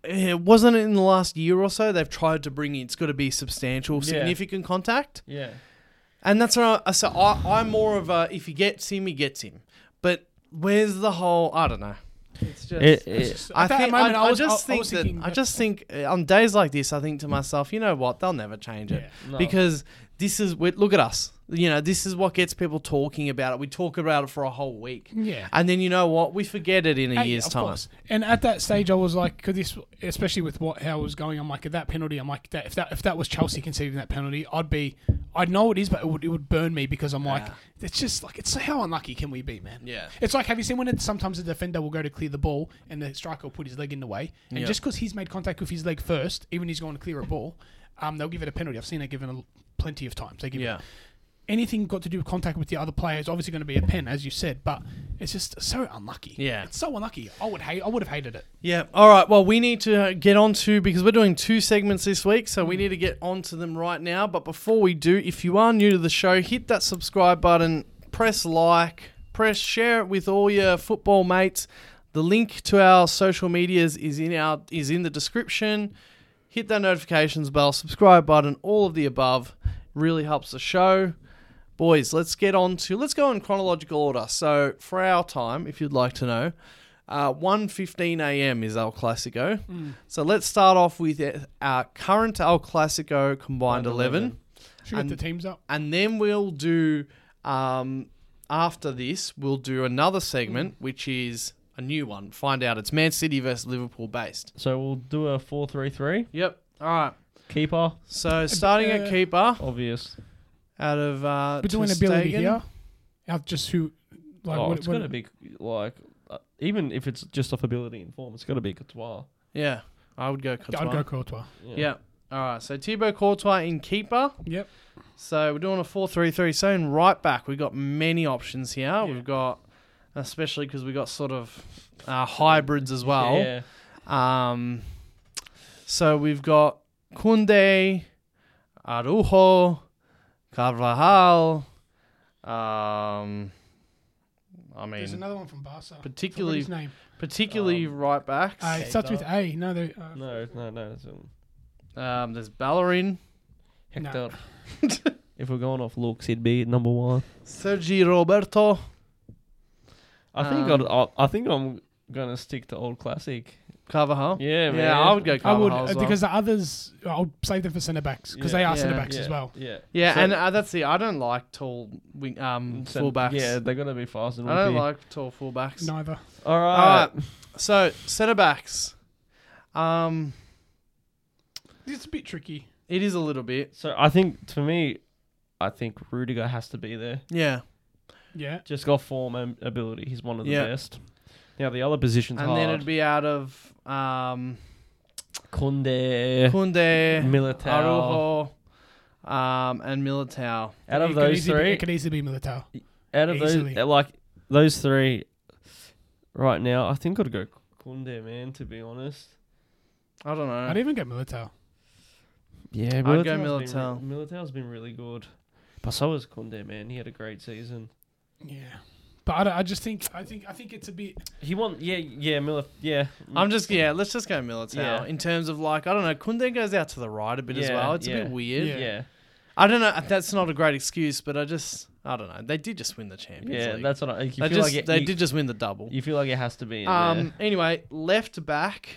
S1: it wasn't it in the last year or so they've tried to bring in it's got to be substantial,
S2: Yeah.
S1: significant contact,
S2: yeah,
S1: and that's where I, so I, I'm more of a if he gets him, he gets him. But where's the whole? I don't know. It's just.
S2: it, it-
S1: I think I, I just think that
S3: thinking
S1: I just think uh, on days like this, I think to myself, you know what? They'll never change it
S3: Yeah.
S2: No.
S1: because this is we- look at us. You know, this is what gets people talking about it. We talk about it for a whole week,
S3: Yeah.
S1: and then you know what? We forget it in a
S3: Hey,
S1: year's
S3: of
S1: time.
S3: course. And at that stage, I was like, could this, especially with what how it was going, I'm like, at that penalty, I'm like, that if that if that was Chelsea conceding that penalty, I'd be, I'd know it is, but it would it would burn me because I'm like,
S1: Yeah.
S3: it's just like it's how unlucky can we be, man?
S1: Yeah.
S3: It's like, have you seen when it, sometimes a defender will go to clear the ball and the striker will put his leg in the way, and
S1: Yeah.
S3: just because he's made contact with his leg first, even he's going to clear a ball, um, they'll give it a penalty. I've seen it given a, plenty of times. They give it
S1: Yeah.
S3: anything got to do with contact with the other player is obviously going to be a pen, as you said. But it's just so unlucky.
S1: Yeah.
S3: it's so unlucky. I would hate. I would have hated it.
S1: Yeah. All right. Well, we need to uh, get on to because we're doing two segments this week, so we need to get on to them right now. But before we do, if you are new to the show, hit that subscribe button, press like, press share it with all your football mates. The link to our social medias is in our is in the description. Hit that notifications bell, subscribe button, all of the above. Really helps the show. Boys, let's get on to let's go in chronological order. So for our time, if you'd like to know, uh, 1.15 a.m. is El Clasico. So let's start off with uh, our current El Clasico combined 11.
S3: Should get the teams up.
S1: And then we'll do, um, after this, we'll do another segment, which is a new one. Find out. It's Man City versus Liverpool based.
S2: So we'll do a four-three-three
S1: Yep. All right.
S2: keeper.
S1: So starting at
S3: uh,
S1: keeper
S2: Obvious.
S1: out of uh,
S3: We're doing
S1: Ter
S3: ability
S1: Stegen.
S3: here. Out just who. Like,
S2: oh,
S3: what-
S2: it's
S3: what-
S2: gonna be like, uh, even if it's just off ability and form, it's gotta be Couture.
S1: Yeah, I would go. Courtois.
S3: I'd go Courtois.
S1: Yeah. All right. So Thibaut Courtois in keeper.
S3: Yep.
S1: So we're doing a four-three-three. So in right back, we've got many options here. We've got, especially because we've got sort of uh, hybrids as well.
S2: Yeah.
S1: Um, so we've got Kunde, Arujo, Carvajal. Um, I mean,
S3: There's another one from Barca.
S1: particularly-
S3: Forgot his name.
S1: particularly
S2: um,
S1: right backs.
S3: Uh, it starts with
S2: Keita.
S3: A. No, they. Uh,
S2: No, no, no. It's, um,
S1: um, there's Ballerin,
S2: Hector. if we're going off looks, he'd be number one.
S1: Sergi Roberto.
S2: I think
S1: Um,
S2: I'd, I, I think I'm gonna stick to old classic.
S1: Carvajal.
S2: Yeah, man.
S1: Yeah, I would go
S3: I would uh,
S1: Carvajal as well.
S3: because the others. I would save them for centre backs because
S2: Yeah.
S3: they are
S1: Yeah.
S3: centre backs
S2: yeah,
S3: as well.
S2: Yeah,
S1: Yeah,
S2: So-
S1: and uh, that's the I don't like tall wing, um
S2: Sen-
S1: fullbacks.
S2: Mm, Yeah, they're gonna be fast and
S1: I don't
S2: whippy.
S1: like tall fullbacks.
S3: Neither.
S2: All right.
S1: All right, so centre backs. Um,
S3: It's a bit tricky.
S1: it is a little bit.
S2: So I think for me, I think Rudiger has to be there.
S1: Yeah,
S3: Yeah.
S2: Just got form and ability. He's one of the
S1: Yeah.
S2: best. Now the other positions
S1: and
S2: hard.
S1: then it'd be out of um
S2: Kunde,
S1: Kunde,
S2: Militao.
S1: Arujo, um, and Militao.
S2: Out
S3: It
S2: of
S3: could
S2: those
S3: easily be-
S2: three,
S3: it could easily be Militao.
S2: out of
S3: easily.
S2: those, like those three, right now, I think I'd go Kunde, man. To be honest.
S1: I don't
S2: Uh.
S1: know.
S3: I'd even go Militao.
S2: Yeah,
S1: I'd go
S2: Militao's
S1: Militao.
S2: Been, re- Militao's been really good. But so was Kunde, man. He had a great season.
S3: Yeah, but I, don't- I just think I think I think it's a bit.
S2: He won. Yeah, yeah, Milit. Yeah.
S1: I'm just yeah. Let's just go Militao
S2: Yeah.
S1: in terms of like I don't know. Kunde goes out to the right a bit as
S2: Yeah,
S1: well. It's a
S2: yeah.
S1: bit weird.
S2: yeah.
S3: Yeah.
S2: Yeah,
S1: I don't know. That's not a great excuse, but I just I don't know. They did just win the Champions League.
S2: that's what I.
S1: They
S2: You feel
S1: just
S2: like it,
S1: they
S2: you,
S1: did just win the double.
S2: You feel like it has to be. In
S1: Um. Anyway, left back.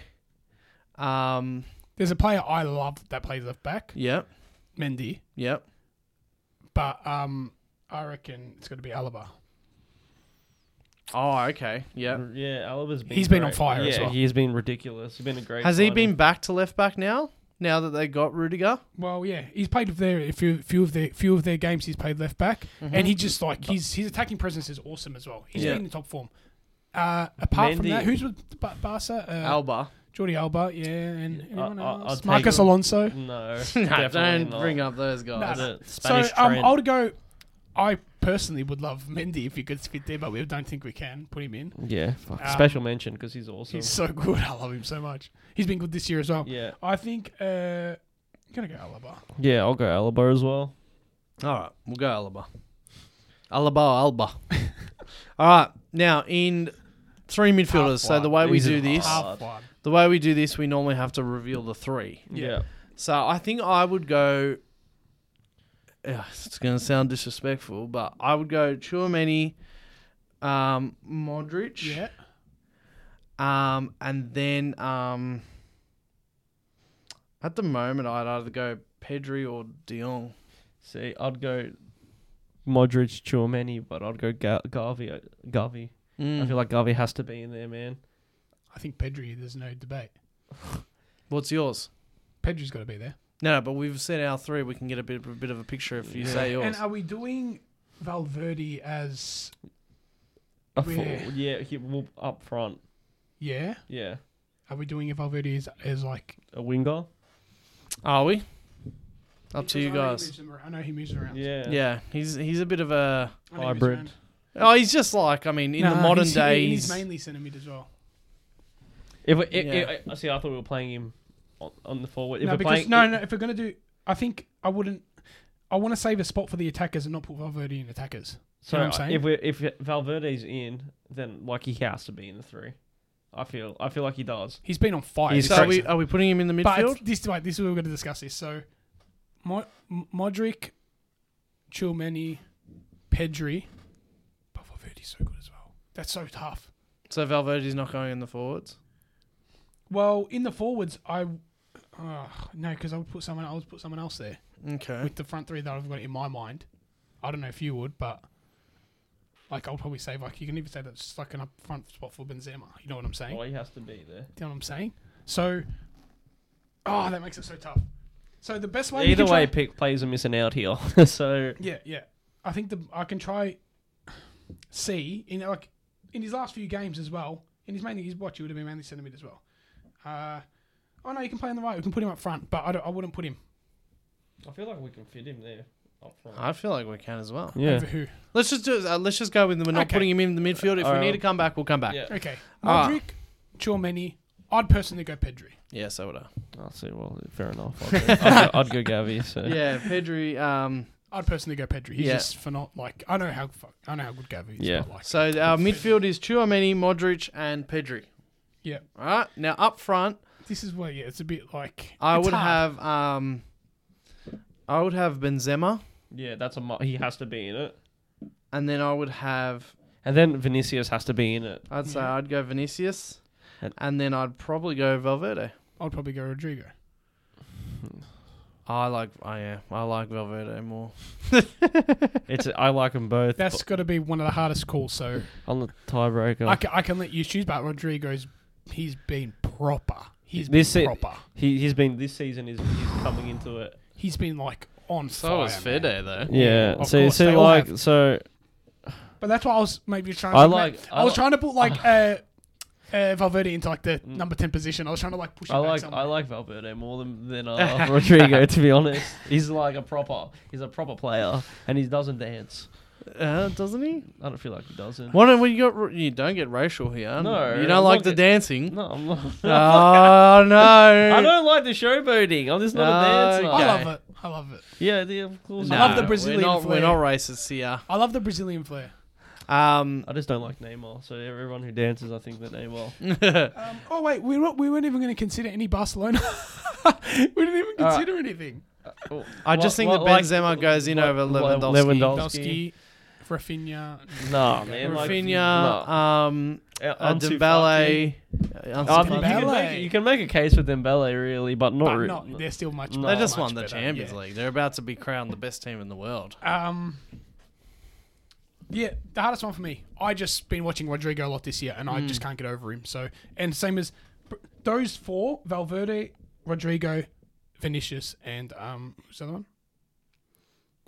S1: Um.
S3: There's a player I love that plays left back,
S1: Yep.
S3: Mendy,
S1: Yep.
S3: but um, I reckon it's going to be Alaba.
S1: Oh, okay. Yeah.
S2: Yeah, Alaba's been
S3: He's been on
S2: great.
S3: fire
S2: Yeah,
S3: as well.
S2: he's been ridiculous. He's been a great.
S1: Has he
S2: signing.
S1: been back to left back now? Now that they got Rudiger?
S3: Well, yeah, he's played there a few, few of their few of their games. He's played left back,
S1: Mm-hmm.
S3: and he just like his his attacking presence is awesome as well. He's
S1: Yeah.
S3: been in top form. Uh, apart from
S2: Mendy-
S3: that, who's with Ba- Barca? Uh,
S1: Alba.
S3: Jordi Alba, yeah, and anyone
S2: I- I- I'll
S3: else?
S2: take-
S3: Marcus Alonso.
S2: No,
S1: Nah,
S2: definitely
S1: don't
S2: not.
S1: bring up those guys.
S2: The
S3: So
S2: Spanish
S3: um,
S2: trend.
S3: I would go. I personally would love Mendy if he could fit there, but we don't think we can put him in.
S2: Yeah, fuck.
S3: Um,
S2: special mention because he's awesome.
S3: He's so good. I love him so much. He's been good this year as well.
S2: yeah,
S3: I think uh, I'm gonna go Alaba.
S2: yeah, I'll go Alaba as well.
S1: All right, we'll go Alaba. Alaba, Alba. All right, now in three midfielders. So
S3: one.
S1: the way we
S2: These are
S1: do this,
S2: Hard.
S3: Half one.
S1: the way we do this, we normally have to reveal the three.
S2: Yeah,
S1: So I think I would go. Yeah, It's going to sound disrespectful, but I would go Chouameni, um, Modric,
S3: Yeah.
S1: um, and then um, at the moment I'd either go Pedri or De Jong.
S2: see, I'd go Modric, Chouameni, but I'd go Ga- Garvey. Garvey,
S3: Mm.
S2: I
S1: Hmm.
S2: feel like Garvey has to be in there, man.
S3: I think Pedri. There's no debate.
S1: What's yours?
S3: Pedri's got to be there.
S1: No, no, but we've said our three. We can get a bit, a bit of a picture if you
S2: Yeah.
S1: say yours.
S3: And uh, are we doing Valverde as
S2: A full-
S3: Yeah.
S2: yeah, he, well, up front.
S3: yeah?
S2: Yeah,
S3: Are we doing Valverde as, as like
S2: a winger.
S1: Are we? Up to you
S3: I know,
S1: guys.
S3: he moves around. I know he moves around.
S2: Yeah,
S1: Yeah, he's he's a bit of a.
S3: I know he moves
S2: Hybrid.
S3: around.
S1: Oh, he's just like I mean, in the
S3: Nah,
S1: modern
S3: he's,
S1: days.
S3: he's mainly centre mid as well.
S2: If, we- if,
S1: Yeah.
S2: if- I see, I thought we were playing him on, on the forward. If
S3: no,
S2: we're
S3: because
S2: playing,
S3: no, no. If we're gonna do, I think I wouldn't. I want to save a spot for the attackers and not put Valverde in attackers.
S2: So
S3: You know what I'm saying?
S2: if we if Valverde's in, then like he has to be in the three. I feel I feel like he does.
S3: He's been on fire.
S2: He's
S3: this
S1: so are
S3: season.
S1: we, are we putting him in the
S3: But
S1: midfield?
S3: it's- this right, this is where we're going to discuss this. So, Mo- M- Modric, Chilmeni, Pedri, but Valverde's so good as well. That's so tough.
S1: So Valverde's not going in the forwards.
S3: Well, in the forwards, I uh, no, because I would put someone. I would put someone else there
S1: Okay.
S3: with the front three that I've got in my mind. I don't know if you would, but like I'll probably say like you can even say that's just like an up front spot for Benzema. You know what I'm saying?
S2: Well, he has to be there.
S3: You know what I'm saying? So, oh, that makes it so tough. So the best way we
S2: Either
S3: can try-
S2: way, pick players are missing out here. so
S3: Yeah, yeah. I think the I can try C in like in his last few games as well. In his mainly his watch, he would have been mainly centre mid as well. Uh, oh no, you can play on the right. We can put him up front, but I, don't, I wouldn't put him
S2: I feel like we can fit him there up front.
S1: I feel like we can as well.
S2: yeah,
S3: over who.
S1: Let's just do. it. Uh, let's just go with them. We're not
S3: Okay.
S1: putting him in the midfield. If we
S2: Alright.
S1: need to come back, we'll come back.
S2: yeah.
S3: Okay,
S1: Ah.
S3: Modric, Chormeni. I'd personally go Pedri.
S1: Yeah, so would I.
S2: I'll see. Well, fair enough. I'd go, I'd go, I'd go Gavi. So
S1: Yeah, Pedri. Um.
S3: I'd personally go Pedri. He's
S1: Yeah.
S3: just for not like I know how fuck, I know how good Gavi is.
S2: Yeah.
S3: Yeah. But like,
S1: So our midfield is Chouameni, Modric, and Pedri.
S3: yeah.
S1: All right. Now up front,
S3: This is where yeah, it's a bit like
S1: I
S3: it's
S1: would
S3: hard.
S1: have um, I would have Benzema,
S2: yeah, that's a mu- he has to be in it,
S1: and then I would have
S2: and then Vinicius has to be in it.
S1: I'd say
S3: Yeah.
S1: I'd go Vinicius,
S2: And-
S1: and then I'd probably go Valverde.
S3: I'd probably go Rodrigo.
S1: I like I yeah, I like Valverde more.
S2: It's I like them both.
S3: That's got to be one of the hardest calls. So
S2: but on the tiebreaker.
S3: I can, I can let you choose, but Rodrigo's he's been proper. He's
S2: This
S3: been
S2: se-
S3: proper.
S2: he he's been this season is he's coming into it.
S3: He's been like on
S1: So
S3: fire.
S1: is
S3: man.
S1: Fede though.
S2: Yeah.
S3: Of
S2: so
S3: course,
S2: see,
S3: they all
S2: like
S3: have.
S2: so
S3: But that's why I was maybe trying. To
S2: I
S3: ma-
S2: like-
S3: I
S2: I
S3: was
S2: Mm.
S3: trying to put like uh, uh, Valverde into like the number ten position. I was trying to like push. Him
S2: I
S3: back
S2: like
S3: somewhere.
S2: I like Valverde more than than uh, Rodrigo. To be honest, he's like a proper he's a proper player, and he doesn't dance.
S1: Uh, doesn't he?
S2: I don't feel like he doesn't.
S1: Why don't we got you don't get racial here.
S2: No,
S1: you
S2: I'm
S1: don't like
S2: not
S1: the
S2: get-
S1: dancing.
S2: No, I'm not.
S1: Oh no!
S2: I don't like the showboating. I'm just not a dancer.
S1: Okay.
S3: I love it. I love it.
S2: Yeah, the, of course.
S1: No,
S3: I love the
S1: we're
S3: Brazilian
S1: not- We're
S3: flair.
S1: not racist here.
S3: I love the Brazilian flair.
S1: Um,
S2: I just don't like Neymar. So everyone who dances, I think that Neymar.
S3: Um, oh wait, we were, we weren't even going to consider any Barcelona. we didn't even
S2: Alright.
S3: consider anything.
S1: I just think
S2: Well,
S1: that
S2: well,
S1: Benzema
S2: like-
S1: goes in
S2: well,
S1: over
S2: well,
S1: Lewandowski.
S2: Lewandowski.
S3: Dowski, Rafinha.
S2: Nah, man. like,
S1: Rafinha,
S2: nah.
S1: um,
S2: Uh,
S1: uh,
S2: Ansu
S1: Dembele. uh,
S2: Fati. Uh,
S1: Ansu
S2: you,
S1: Fati.
S2: can make, you can make a case for Dembele, really, but not
S3: But
S2: really.
S3: not, they're still much.
S2: No.
S1: They
S3: better,
S1: just
S3: much
S1: won the
S3: better,
S1: Champions
S3: yeah.
S1: League. They're about to be crowned the best team in the world.
S3: Um, Yeah, the hardest one for me. I just been watching Rodrigo a lot this year, and I
S1: Mm.
S3: just can't get over him. So, and same as those four: Valverde, Rodrigo, Vinicius, and um, who's the other one?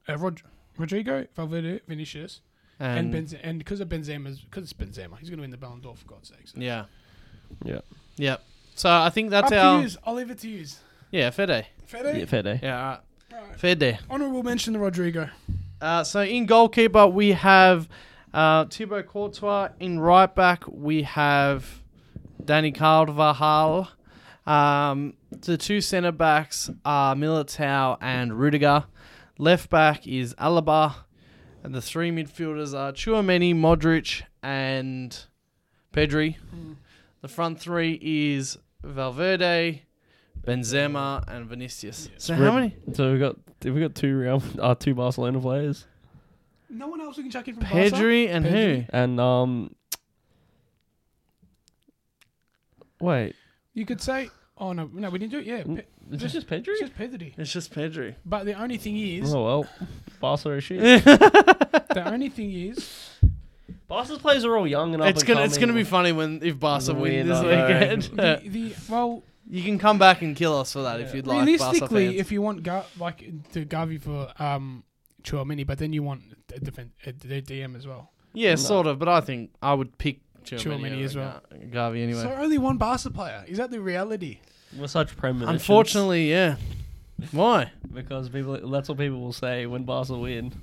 S3: Uh, Rod- Rodrigo, Valverde, Vinicius, and
S1: And,
S3: Benz- and because of Benzema, because it's Benzema, he's going to win the Ballon d'Or for God's sake. So.
S1: yeah,
S2: Yeah.
S1: yeah. So I think that's
S3: Up
S1: our
S3: to yous. I'll leave it to yous.
S1: yeah fair day.
S3: Fede,
S2: Yeah, fair day.
S1: Yeah, all right.
S3: Alright.
S1: fair day.
S3: honourable mention to Rodrigo.
S1: Uh, so in goalkeeper we have uh, Thibaut Courtois. In right back we have Danny Carvajal. Um, the two centre backs are Militao and Rudiger. Left back is Alaba, and the three midfielders are Chouameni, Modric, and Pedri. The front three is Valverde, Benzema, and Vinicius. So how many?
S2: So we got we got two Real, uh, two Barcelona players,
S3: No one else we can chuck in from Barca?
S1: Pedri and
S3: Pedri.
S1: who?
S2: and um. Wait,
S3: You could say, oh no, no, we didn't do it. Yeah, Pe-
S2: is this just Pedri?
S3: it's just Pedri.
S1: It's just Pedri.
S3: But the only thing is,
S2: Oh well, Barca is shit.
S3: the only thing is,
S2: Barca's players are all young and up.
S1: It's
S2: and
S1: gonna it's gonna be
S2: coming.
S1: funny when if Barca win
S2: Win,
S1: this
S2: I know.
S1: weekend.
S3: the, the well,
S1: you can come back and kill us for that if
S2: Yeah.
S1: you'd like.
S3: realistically,
S1: Barca fans.
S3: if you want Ga- like the Gavi for um Chouamini, but then you want a defend a d- DM as well.
S1: yeah,
S2: No.
S1: sort of. But I think I would pick Chouameni
S3: Tchouameni as
S1: as well. Garvey anyway.
S3: So only one Barca player. Is that the reality?
S2: We're such premonitions.
S1: Unfortunately, yeah. Why?
S2: because people that's what people will say when Barca win.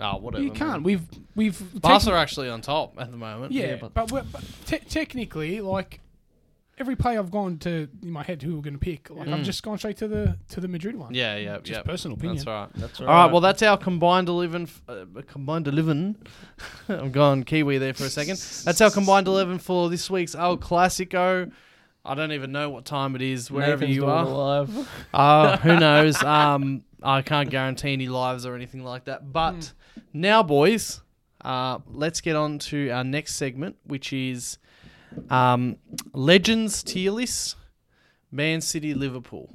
S1: Oh, whatever.
S3: you
S1: man.
S3: can't. We've we've
S1: Barca
S3: techni-
S1: are actually on top at the moment.
S3: yeah,
S2: yeah,
S3: but,
S2: but-
S3: we're, but te- technically, like every player I've gone to in my head who we're going to pick, like I've
S1: Mm.
S3: just gone straight to the to the Madrid one.
S1: yeah, yeah,
S3: just
S1: yeah.
S3: personal opinion.
S1: That's right.
S2: That's
S1: All right. Well, that's our combined eleven. f- Uh, combined eleven. I'm going Kiwi there for a second. That's our combined eleven for this week's El Clasico. I don't even know what time it is. Wherever you are.
S2: Alive.
S1: Uh, who knows? Um, I can't guarantee any lives or anything like that. But now, boys, uh, let's get on to our next segment, which is um, Legends tier list Man City Liverpool.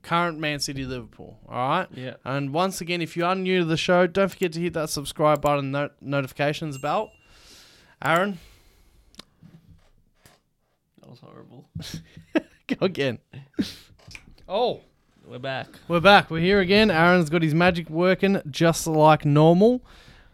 S1: Current Man City Liverpool. All right.
S2: Yeah.
S1: And once again, if you are new to the show, don't forget to hit that subscribe button and no- notifications bell. Aaron,
S2: That was horrible.
S1: go again. Oh.
S2: We're back.
S1: We're back. We're here again. Aaron's got his magic working just like normal.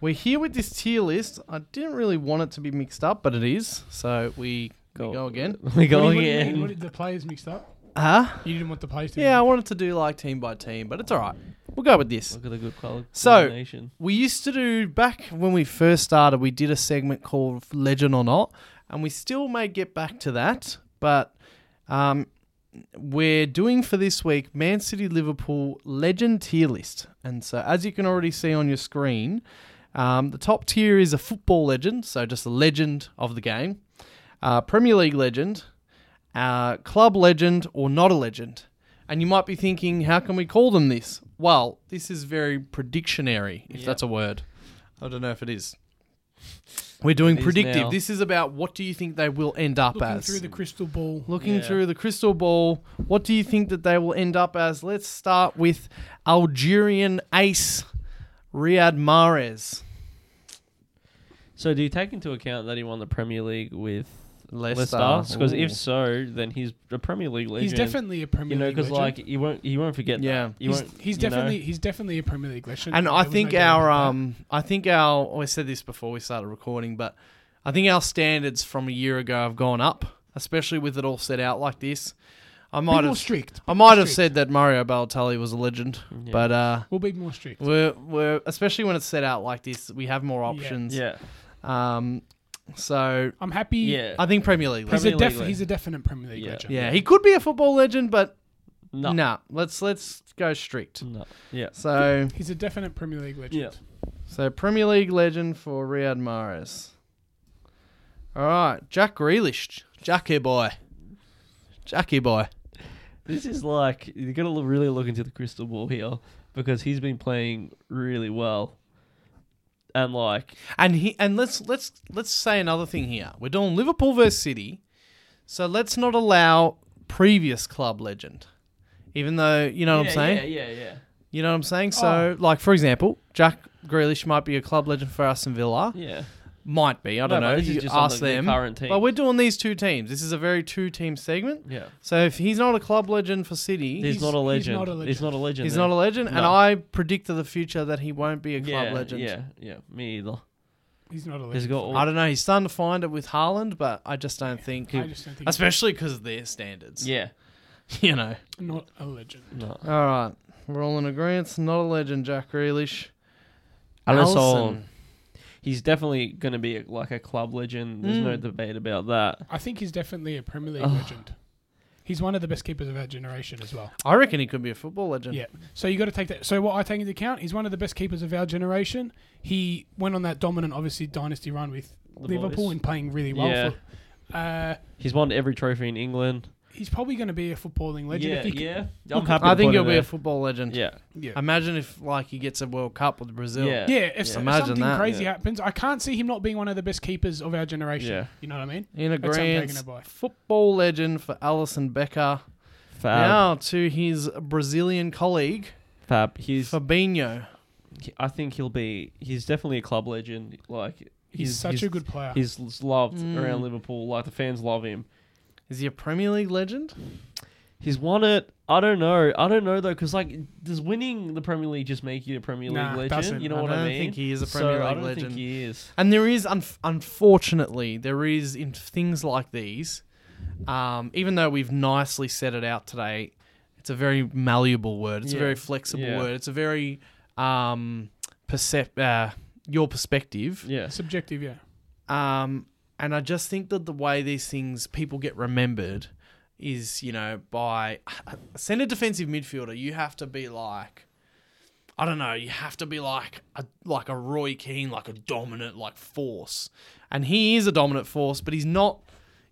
S1: We're here with this tier list. I didn't really want it to be mixed up, but it is. So we go,
S2: Go.
S1: go again.
S2: We go
S3: What do you- what do you mean? What
S2: again.
S3: did the players mixed up?
S1: Huh?
S3: You didn't want the players to. be-
S1: Yeah, I wanted to do like team by team, but it's all right. We'll go with this.
S2: Look at the good quality.
S1: So- We used to do back when we first started, we did a segment called Legend or Not, and we still may get back to that, but um, we're doing for this week Man City Liverpool Legend tier list. And so, as you can already see on your screen, um, the top tier is a football legend, so just a legend of the game, uh, Premier League legend, uh, club legend, or not a legend. And you might be thinking, how can we call them this? Well, this is very predictionary, if
S2: Yep.
S1: that's a word. I don't know if it is. We're doing
S2: It is
S1: predictive.
S2: now.
S1: This is about what do you think they will end up
S3: looking
S1: as?
S3: through the crystal ball.
S1: Looking
S2: Yeah.
S1: through the crystal ball, what do you think that they will end up as? Let's start with Algerian ace Riyad Mahrez.
S2: So do you take into account that he won the Premier League with
S1: Leicester.
S2: Leicester? Because
S1: Ooh.
S2: if so, then he's a Premier League legend.
S3: He's definitely a Premier
S2: you know
S3: League
S2: because
S3: legend.
S2: like you won't you won't forget.
S1: Yeah.
S2: that. you
S3: he's,
S2: won't.
S3: he's
S2: you know.
S3: definitely he's definitely a Premier League legend.
S1: and I
S3: There was no
S1: think
S3: doubt
S1: our
S3: about that.
S1: um, I think our oh, I said this before we started recording, but I think our standards from a year ago have gone up, especially with it all set out like this. I
S3: be
S1: might
S3: more
S1: have
S3: strict.
S1: I might have
S3: strict.
S1: said that Mario Balotelli was a legend,
S2: Yeah.
S1: but uh,
S3: We'll be more strict.
S1: we're we're especially when it's set out like this, we have more options.
S2: Yeah.
S1: Um, so
S3: I'm happy.
S2: Yeah.
S1: I think Premier League.
S3: he's
S1: legend.
S3: a,
S2: Premier League
S3: def-
S2: legend.
S3: he's a definite Premier League
S2: Yeah.
S3: legend.
S1: yeah, he could be a football legend, but
S2: no. Mm.
S1: no, let's let's go strict.
S2: No. Yeah.
S1: So
S3: he's a definite Premier League legend.
S2: Yeah.
S1: so Premier League legend for Riyad Mahrez. All right, Jack Grealish, Jackie boy, Jackie boy.
S2: This is like you got to look, really look into the crystal ball here because he's been playing really well, and like
S1: And he and let's let's let's say another thing here. We're doing Liverpool versus City, so let's not allow previous club legend. Even though you know what I'm saying,
S2: Yeah, yeah, yeah. Oh.
S1: you know what I'm saying. So like for example, Jack Grealish might be a club legend for Aston Villa.
S2: Yeah.
S1: Might be. I don't
S2: No,
S1: know.
S2: but this is
S1: You
S2: just on
S1: ask
S2: the- the
S1: them.
S2: current team.
S1: But we're doing these two teams. This is a very two-team segment.
S2: Yeah.
S1: So if he's not a club legend for City,
S2: He's,
S1: he's,
S3: He's-
S2: not a
S3: he's
S2: legend.
S3: not a legend.
S2: He's not a legend.
S1: not
S2: then.
S1: a legend. And
S2: No.
S1: I predict to the future that he won't be a club
S2: yeah,
S1: legend.
S2: Yeah, yeah, me either.
S3: He's not a legend.
S2: He's got all,
S1: I don't know. He's starting to find it with Haaland, but I just don't think.
S3: I just don't think he's
S1: especially because of their standards.
S2: yeah,
S1: You know.
S3: not a legend.
S2: no.
S1: All right. We're all in agreement. Not a legend, Jack Grealish.
S2: Alisson.
S1: Alisson.
S2: He's definitely going to be a, like a club legend. There's no
S1: Mm.
S2: debate about that.
S3: I think he's definitely a Premier League
S2: Ugh.
S3: legend. He's one of the best keepers of our generation as well.
S1: I reckon he could be a football legend.
S3: Yeah. So you got to take that. So what I take into account, he's one of the best keepers of our generation. He went on that dominant, obviously, dynasty run with
S2: The
S3: Liverpool
S2: boys.
S3: and playing really well.
S2: Yeah.
S3: For, uh,
S2: He's won every trophy in England.
S3: he's probably going to be a footballing legend. if he c-
S2: yeah.
S3: Look,
S1: I
S2: to
S1: think
S2: put it
S1: he'll be
S2: there.
S1: a football legend.
S2: yeah.
S3: yeah.
S1: Imagine if like he gets a World Cup with Brazil.
S2: Yeah.
S3: Yeah, if
S2: Yeah.
S3: so-
S1: Imagine
S3: something
S1: that.
S3: crazy
S2: Yeah.
S3: happens, I can't see him not being one of the best keepers of our generation.
S2: Yeah.
S3: You know what I mean?
S1: In
S3: That's what I'm taking
S1: agreement.
S3: it by.
S1: Football legend for Alison Becker.
S2: Fab.
S1: now to his Brazilian colleague
S2: Fab. He's.
S1: Fabinho.
S2: I think he'll be. He's definitely a club legend. Like
S3: He's, such a good player.
S2: He's l- loved
S1: Mm.
S2: around Liverpool. Like the fans love him.
S1: Is he a Premier League legend?
S2: He's won it. I don't know. I don't know though, because like, does winning the Premier League just make you a Premier
S3: Nah,
S2: League
S3: it
S2: legend?
S3: doesn't.
S2: You know
S1: I
S2: what
S1: don't
S2: I mean?
S1: think he is a
S2: So,
S1: Premier
S2: I
S1: League
S2: don't
S1: legend.
S2: think he is.
S1: And there is, un- unfortunately, there is in things like these. Um, even though we've nicely set it out today, it's a very malleable word. It's
S2: Yeah.
S1: a very flexible
S2: Yeah.
S1: word. It's a very um, percep- uh, your perspective.
S2: Yeah.
S3: Subjective, yeah.
S1: Um, and I just think that the way these things people get remembered is, you know, by send a defensive midfielder, you have to be like, I don't know, you have to be like a like a Roy Keane, like a dominant like force, and he is a dominant force, but he's not.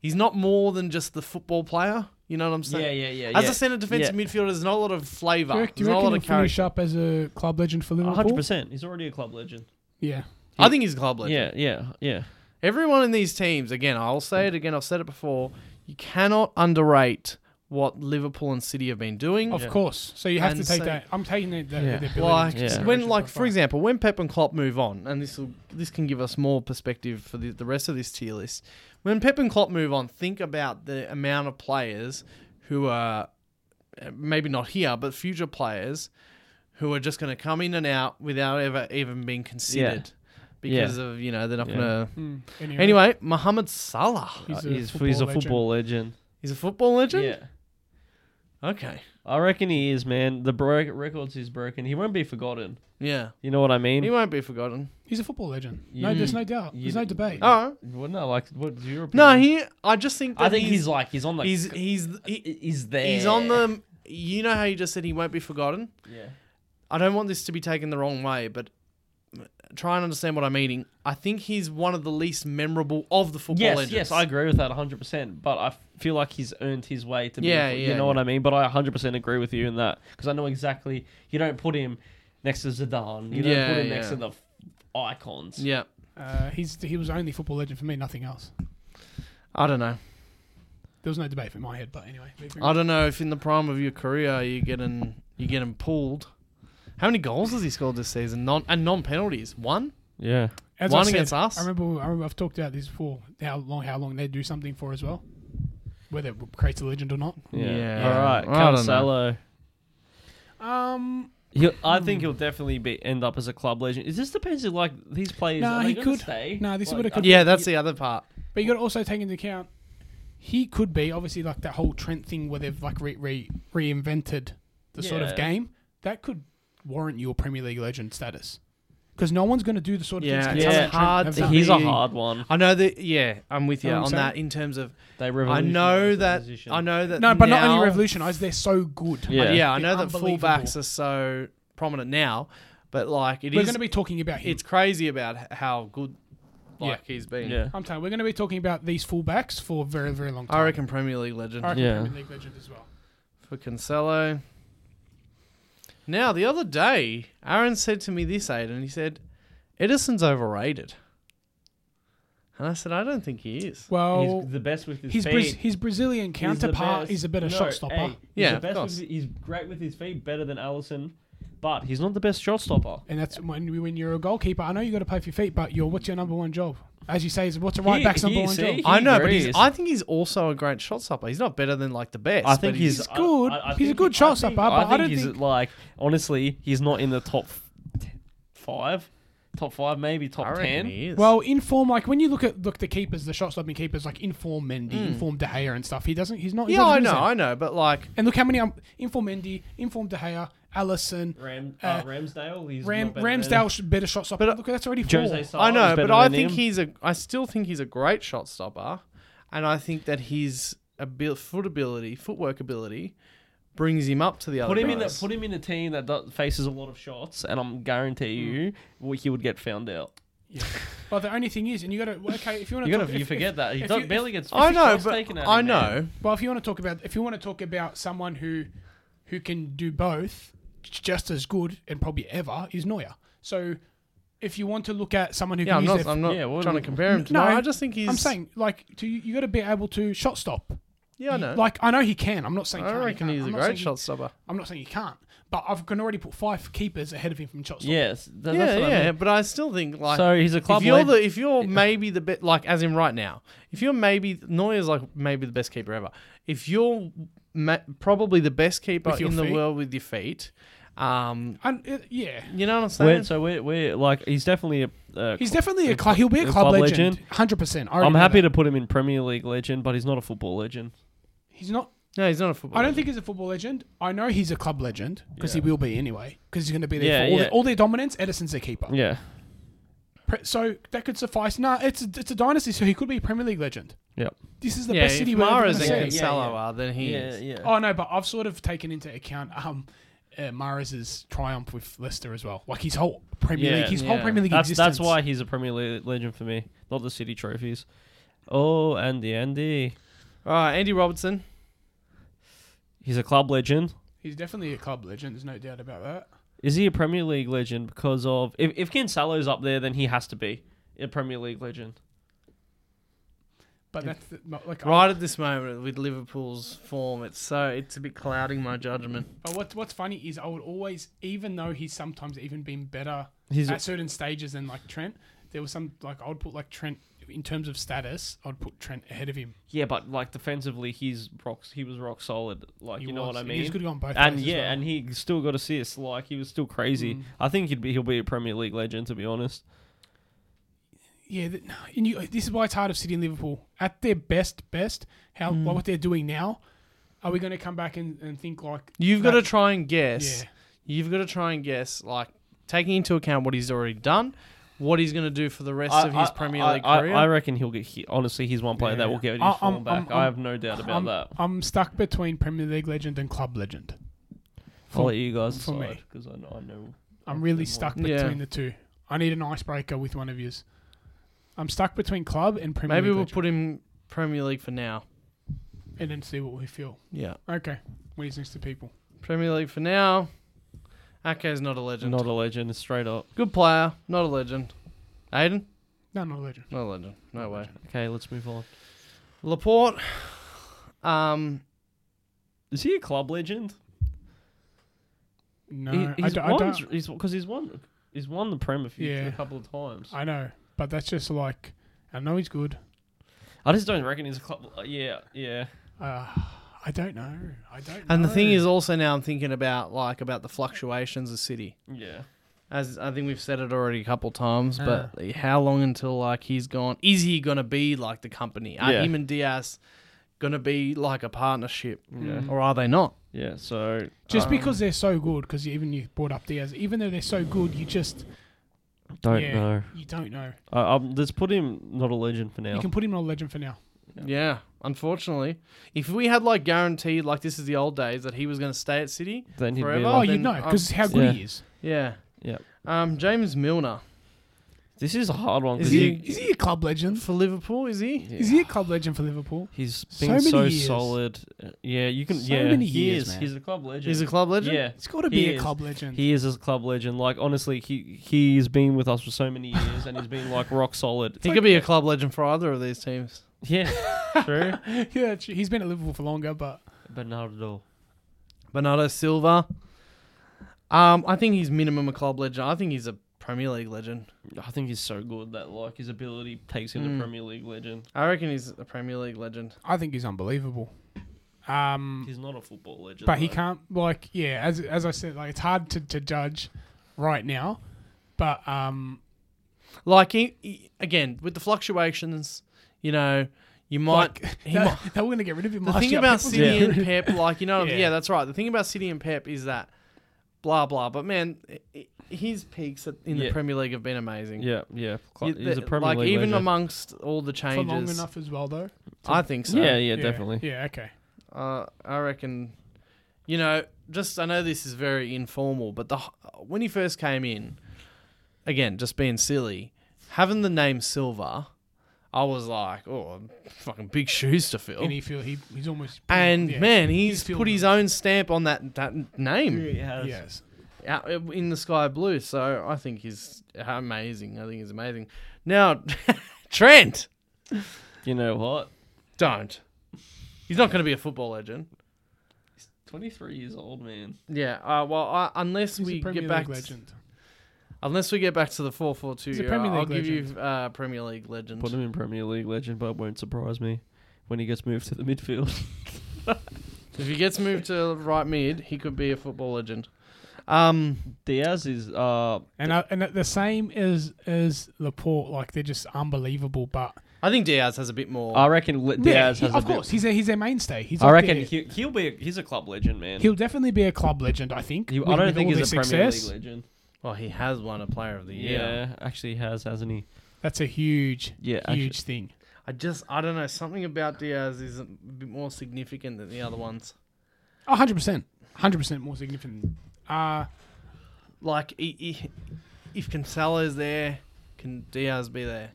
S1: He's not more than just the football player. You know what I'm
S2: Yeah,
S1: saying?
S2: yeah, yeah.
S1: As
S2: yeah.
S1: a centre defensive midfielder, there's not a lot of flavour.
S3: Do you, reckon- do
S1: There's
S3: you
S1: not a
S3: reckon
S1: lot
S3: he'll
S1: of character.
S3: finish up as a club legend for Liverpool?
S2: 100%. He's already a club legend.
S3: Yeah.
S1: I think he's a club legend.
S2: Yeah, yeah, yeah.
S1: Everyone in these teams, again, I'll say it again, I've said it before, you cannot underrate what Liverpool and City have been doing.
S3: Of course. So you have
S1: And
S3: to take
S1: so-
S3: that. I'm taking that. that
S2: Yeah.
S3: with the ability
S1: Like
S3: into
S2: Yeah.
S3: consideration
S1: when, like
S3: so
S1: for
S3: far.
S1: example, when Pep and Klopp move on, and this will this can give us more perspective for the, the rest of this tier list. When Pep and Klopp move on, think about the amount of players who are uh, maybe not here, but future players who are just going to come in and out without ever even being considered because of you know they're not
S2: Yeah.
S1: going to.
S3: Mm,
S1: Anyway, uh, Mohamed Salah.
S2: He's a, Uh, he's, he's a football legend.
S1: He's a football legend.
S2: Yeah.
S1: Okay.
S2: I reckon he is, man. The bro- records he's broken, he won't be forgotten.
S1: Yeah.
S2: You know what I
S1: He
S2: mean?
S1: won't be forgotten.
S3: He's a football legend.
S2: You-
S3: no, there's no doubt.
S2: you-
S3: There's no debate.
S1: Oh
S2: Well, no, like, what's your opinion?
S1: no, he. I just think. That
S2: I think he's, like, he's on the.
S1: He's he's he-
S2: he- he's there.
S1: he's on the. You know how you just said he won't be forgotten.
S2: Yeah.
S1: I don't want this to be taken the wrong way, but try and understand what I'm meaning. I think he's one of the least memorable of the football
S2: Yes,
S1: legends.
S2: yes, I agree with that 100%. But I feel like he's earned his way to be.
S1: Yeah,
S2: you
S1: yeah,
S2: know what
S1: yeah.
S2: I mean? But I 100% agree with you in that. Because I know exactly. You don't put him next to Zidane. You don't
S1: Yeah,
S2: put him next
S1: yeah.
S2: to the f- icons.
S1: Yeah,
S3: Uh, he's he was only football legend for me. Nothing else.
S1: I don't know.
S3: There was no debate in my head. But anyway, moving
S1: I
S3: on.
S1: don't know if in the prime of your career you're getting you're getting pulled. How many goals has he scored this season? Non and non penalties. One.
S2: Yeah.
S3: As I
S1: one
S3: said,
S1: against us?
S3: I remember. I remember. I've talked about this before. How long? How long they do something for as well. Whether it creates a legend or not.
S2: Yeah.
S1: Yeah.
S2: All right.
S1: I don't know.
S2: Cancelo.
S3: Um,
S2: He'll, I think he'll definitely be end up as a club legend. It just depends. if, Like these players,
S3: Nah,
S2: are they
S3: he
S2: gonna
S3: could.
S2: Stay?
S3: Nah, this is
S2: like,
S3: what it could-
S1: Yeah, that's the other part.
S3: but you got to also take into account he could be obviously like that whole Trent thing where they've like re, re reinvented the sort
S2: Yeah.
S3: of game that could warrant your Premier League legend status because no one's going to do the sort of
S1: Yeah,
S3: things.
S1: it's
S3: Cancelo and Trent
S1: hard
S3: have
S1: to
S3: done.
S2: He's a
S1: He-
S2: hard one.
S1: I know that. Yeah, I'm with you
S3: Know what I'm
S1: on
S3: saying?
S1: that in terms of.
S2: They
S1: I know
S2: revolutionised
S1: that.
S2: the position.
S1: I know that.
S3: No, but not
S1: now-
S3: only revolutionised, they're so good.
S1: Yeah,
S2: Yeah.
S1: I know that
S3: They're
S1: fullbacks are so prominent now, but like it
S3: We're
S1: is-
S3: going to be talking about him.
S1: it's crazy about h- how good like he's been.
S2: Yeah.
S3: I'm telling you, we're going to be talking about these fullbacks for a very, very long time.
S1: I reckon Premier League legend
S3: I reckon
S2: Yeah.
S3: Premier League legend as well.
S1: for Cancelo. Now the other day, Aaron said to me this Aiden, he said, "Edison's overrated," and I said, "I don't think he is."
S3: Well,
S2: he's the best with his
S3: his,
S2: feet.
S3: Bra- his Brazilian
S2: He's the
S3: counterpart
S2: best.
S3: is a better
S2: No,
S3: shot stopper.
S2: hey, he's
S1: Yeah,
S2: the
S1: of
S2: best with
S1: course.
S2: his- he's great with his feet, better than Allison, but he's not the best shot stopper.
S3: And that's when when you're a goalkeeper. I know you got to play for your feet, but you're what's your number one job? As you say, is what's a right
S2: He-
S3: back's number
S2: he-
S3: one
S2: see?
S3: job?
S1: I know, but
S2: He
S1: he's,
S2: is.
S1: I think he's also a great shot stopper. He's not better than like the best.
S2: uh, I think
S1: but
S2: he's,
S3: he's good. He's a
S2: think
S3: good
S2: he-
S3: shot
S2: I think-
S3: stopper, but I
S2: think
S3: don't
S2: he's
S3: think-
S2: like honestly, he's not in the top f- t- five, top five, maybe top
S1: I reckon
S2: ten.
S1: he is.
S3: Well, in form, like when you look at look the keepers, the shot stopping keepers, like inform Mendy,
S2: Hmm.
S3: inform De Gea, and stuff. He doesn't. He's not. he
S1: yeah, I
S3: doesn't do
S1: know,
S3: that.
S1: I know, but like,
S3: And look how many um, inform Mendy, inform De Gea, Allison,
S2: Ram,
S3: uh,
S2: Ramsdale. He's
S3: Ram, Ramsdale sh- better shot stopper.
S1: But, uh,
S3: look, that's already four.
S2: Jose
S1: I know, but I think he's a. I still think he's a great shot stopper, and I think that his abil- foot ability, footwork ability, brings him up to the other.
S2: Put him in. The,
S1: guys.
S2: put him in a team that does, faces a lot of shots, and I'm guarantee you well, he would get found out.
S3: But the only thing is, and you got to okay, if you want
S2: You
S3: to,
S2: gotta you forget that he don't,
S3: you-
S2: barely gets.
S1: I
S2: 50
S1: know,
S2: shots taken
S1: but
S2: at
S1: I
S2: him,
S1: know.
S2: man.
S3: Well, if you want to talk about, if you want to talk about someone who, who can do both, j- just as good and probably ever is Neuer. So, if you want to look at someone who
S1: Yeah,
S3: can
S1: I'm not.
S3: use their,
S1: I'm not
S2: Yeah, what
S1: trying
S2: do
S1: to
S2: we-
S1: compare him. to
S3: No,
S1: no, I just think he's.
S3: I'm saying like to you, you got to be able to shot stop.
S1: Yeah, I know.
S3: Like I know he can. I'm not saying
S1: I
S3: can't, he
S1: reckon
S3: can't.
S1: he's
S3: I'm
S1: a
S3: not
S1: great
S3: saying he-
S1: shot stopper.
S3: I'm not saying he can't, but I can already put five keepers ahead of him from shot stop.
S2: Yes, tha- that's
S1: Yeah,
S2: what
S1: yeah,
S2: I mean.
S1: but I still think like.
S2: so he's a club.
S1: if you're
S2: leg-
S1: the, if you're maybe the best, like as in right now, if you're maybe Neuer's like maybe the best keeper ever. If you're ma- probably the best keeper
S3: With your
S1: in the
S3: feet?
S1: world with your feet, um,
S3: And, uh, yeah.
S1: you know what I'm
S2: We're,
S1: saying?
S2: so we're, we're like he's definitely a. Uh,
S3: He's definitely a club. He'll be a club,
S2: club
S3: legend,
S2: legend.
S3: hundred percent.
S2: I'm happy to put him in Premier League legend, but he's not a football legend.
S3: He's not.
S1: No, he's not a footballer.
S3: I don't think he's a football legend. I know he's a club legend because
S2: Yeah.
S3: he will be anyway. Because he's going to be there
S2: Yeah,
S3: for all,
S2: yeah.
S3: their, all their dominance. Edison's their keeper.
S2: Yeah,
S3: Pre- So that could suffice. Nah, it's a, it's a dynasty, so he could be a Premier League legend.
S2: yeah,
S3: This is the
S1: yeah,
S3: best city
S1: if
S3: we're ever
S1: Mahrez
S3: gonna
S1: and
S2: yeah, yeah,
S3: see.
S1: Cancelo
S2: yeah.
S1: are, then he is.
S3: Oh no, but I've sort of taken into account um, uh, Mahrez's triumph with Leicester as well. Like his whole Premier League, his whole Premier League
S2: that's,
S3: existence.
S2: That's why he's a Premier League legend for me, not the City trophies. Oh, Andy, Andy,
S1: All right, Andy Robertson.
S2: he's a club legend.
S3: he's definitely a club legend. There's no doubt about that.
S2: Is he a Premier League legend because of if if Cancelo's up there, then he has to be a Premier League legend.
S3: But that's the, not like
S1: Right at this moment, with Liverpool's form, it's so it's a bit clouding my judgment.
S3: But what, what's funny is I would always, even though he's sometimes even been better
S2: He's
S3: at certain stages than like Trent, there was some like I would put like Trent in terms of status, I'd put Trent ahead of him.
S2: yeah, but like defensively, he's rocks. He was rock solid. Like
S3: He
S2: you know
S3: was.
S2: what I
S3: And
S2: mean.
S3: He's good on both.
S2: and
S3: ways
S2: yeah,
S3: as well.
S2: and he still got assists. Like he was still crazy. I think he'd be he'll be a Premier League legend to be honest.
S3: yeah, th- no, and you, this is why it's hard of City and Liverpool at their best, best how
S1: Hmm.
S3: what they're doing now. Are we going to come back and, and think like
S1: You've got to
S3: That-
S1: try and guess.
S3: Yeah.
S1: You've got to try and guess, like taking into account what he's already done, what he's going to do for the rest of his Premier League
S2: I,
S1: career.
S2: I reckon he'll get. He, honestly, he's one player that will get his
S3: I- I'm-
S2: form back.
S3: I'm-
S2: i have no doubt about
S3: I'm,
S2: that.
S3: I'm stuck between Premier League legend and club legend.
S2: I'll let you guys
S3: for me.
S2: decide because I know. I know
S3: I'm really stuck
S1: Yeah.
S3: between the two. I need an icebreaker with one of yours. I'm stuck between club and Premier
S1: Maybe
S3: League
S1: we'll
S3: legend,
S1: put him Premier League for now.
S3: and then see what we feel.
S1: Yeah,
S3: Okay, where's next to people?
S1: Premier League for now. Ake's not a legend.
S2: not a legend. it's Straight up.
S1: Good player, not a legend. Aiden,
S3: No, not a legend.
S1: not a legend. No way.
S2: Okay, let's move on.
S1: Laporte. Um,
S2: Is he a club legend?
S3: No,
S2: He-
S3: I,
S2: he's
S3: don't, I
S2: won.
S3: don't.
S2: He's because he's won. He's won the Premier few
S3: Yeah.
S2: a couple of times. I,
S3: I know, but that's just like I know he's good.
S2: just don't reckon he's a club. uh, Yeah, yeah.
S3: Uh, I don't know. I don't.
S1: And the thing
S3: know.
S1: is, also now I'm thinking about like about the fluctuations of City.
S2: Yeah.
S1: As I think we've said it already a couple times,
S2: Ah.
S1: but how long until like he's gone? Is he gonna be like the company? Are
S2: Yeah.
S1: him and Diaz gonna be like a partnership,
S2: Yeah.
S3: Hmm.
S1: or are they not?
S2: Yeah. So
S3: just
S1: um,
S3: because they're so good, because even you brought up Diaz, even though they're so good, you just
S2: don't
S3: yeah,
S2: know.
S3: You don't know.
S2: Uh, um, let's put him not a legend for now.
S3: You can put him on a legend for now.
S1: Yeah. unfortunately, if we had like guaranteed, like this is the old days that he was gonna stay at City,
S2: then he'd be.
S1: forever.
S2: Like,
S3: Oh,
S1: then um,
S3: you know, because how good
S2: Yeah.
S3: he is.
S1: yeah,
S2: Yeah.
S1: Um, James Milner
S2: This is a hard one.
S1: Is
S2: 'cause
S1: he-
S2: he,
S3: Is he a club legend?
S1: for Liverpool, is he?
S3: Is he a club legend for Liverpool?
S2: He's
S3: So
S2: been
S3: many
S2: so,
S3: years.
S2: solid. Uh, Yeah, you can.
S3: So
S2: yeah,
S3: many
S2: he
S3: years,
S2: is.
S3: man.
S2: He's a club legend.
S1: He's a club legend.
S2: Yeah,
S3: It's got to
S2: He
S3: be a
S2: is.
S3: club legend.
S2: he is a club legend. Like honestly, he he's been with us for so many years, and he's been like rock solid.
S1: he could be a club legend for either of these teams.
S2: Yeah, true.
S3: yeah, true. he's been at Liverpool for longer, but
S2: Bernardo.
S1: Bernardo Silva. Um, I think he's minimum a club legend. I think he's a Premier League legend.
S2: I think he's so good that like his ability takes him
S1: Mm.
S2: to Premier League legend.
S1: I reckon he's a Premier League legend.
S3: I think he's unbelievable. Um,
S2: He's not a football legend,
S3: but he
S2: though.
S3: can't like yeah. As as I said, like it's hard to, to judge right now. But um,
S1: Like he, he- again with the fluctuations, you know, you might
S3: like,
S1: he
S3: that-
S1: might.
S3: they were going to get rid of him.
S1: The
S3: last
S1: thing
S3: year.
S1: about
S3: People-
S1: City
S2: Yeah.
S1: and Pep, like you know, yeah.
S3: Yeah.
S1: that's right. The thing about City and Pep is that blah blah. But man, i- i- his peaks at- in the
S2: Yeah.
S1: Premier League have been amazing.
S2: Yeah, yeah. Cl-
S1: You-
S2: he's a
S1: the-
S2: Premier
S1: like
S2: League
S1: even
S2: legend.
S1: amongst all the
S3: for long
S1: changes,
S3: enough as well, though.
S1: I think so.
S2: yeah, yeah, definitely.
S3: Yeah, okay.
S1: Uh, I reckon, you know, just I know this is very informal, but the h- when he first came in, again, just being silly, having the name Silver, I was like, oh, fucking big shoes to fill.
S3: And
S1: And,
S3: he feel he he's almost yeah.
S1: Oh. man, he's,
S3: filled
S1: put his own stamp on that that name
S3: yes.
S1: out uh, in the sky blue. So I think he's amazing. I think he's amazing. Now, Trent,
S2: You know what?
S1: don't. He's not going to be a football legend.
S2: Twenty-three years old, man.
S1: Yeah. Uh, well, I, unless
S3: He's
S1: we
S3: a Premier
S1: get back
S3: League
S1: to,
S3: legend.
S1: unless we get back to the four four two
S3: He's a
S1: era,
S3: Premier
S1: I'll
S3: League
S1: give you
S3: legend.
S1: uh, Premier League legend.
S2: Put him in Premier League legend, but it won't surprise me when he gets moved to the midfield.
S1: If he gets moved to right mid, he could be a football legend. Um,
S2: Diaz is uh
S3: And I, and the same as as Laporte, like they're just unbelievable. But
S1: I think Diaz has a bit more.
S2: I reckon li- Diaz
S3: Oh. he-
S2: has
S3: of
S2: a
S3: course,
S2: Bit,
S3: he's their he's their mainstay. He's
S2: I
S3: up
S2: reckon
S3: there.
S2: he, he'll be. A, he's a club legend, man.
S3: He'll definitely be a club legend, I think.
S2: He- I
S3: with-
S2: don't
S3: with
S2: think
S3: all
S2: he's a
S3: their
S2: Premier
S3: success.
S2: League legend.
S1: well, he has won a Player of the
S2: Yeah,
S1: Year.
S2: actually has, hasn't he?
S3: That's a huge,
S2: Yeah,
S3: huge thing.
S1: I just, I don't know. Something about Diaz is a bit more significant than the other ones.
S3: A Oh, hundred percent, A hundred percent more significant. Uh
S1: Like, he, he, if Cancelo's there, can Diaz be there?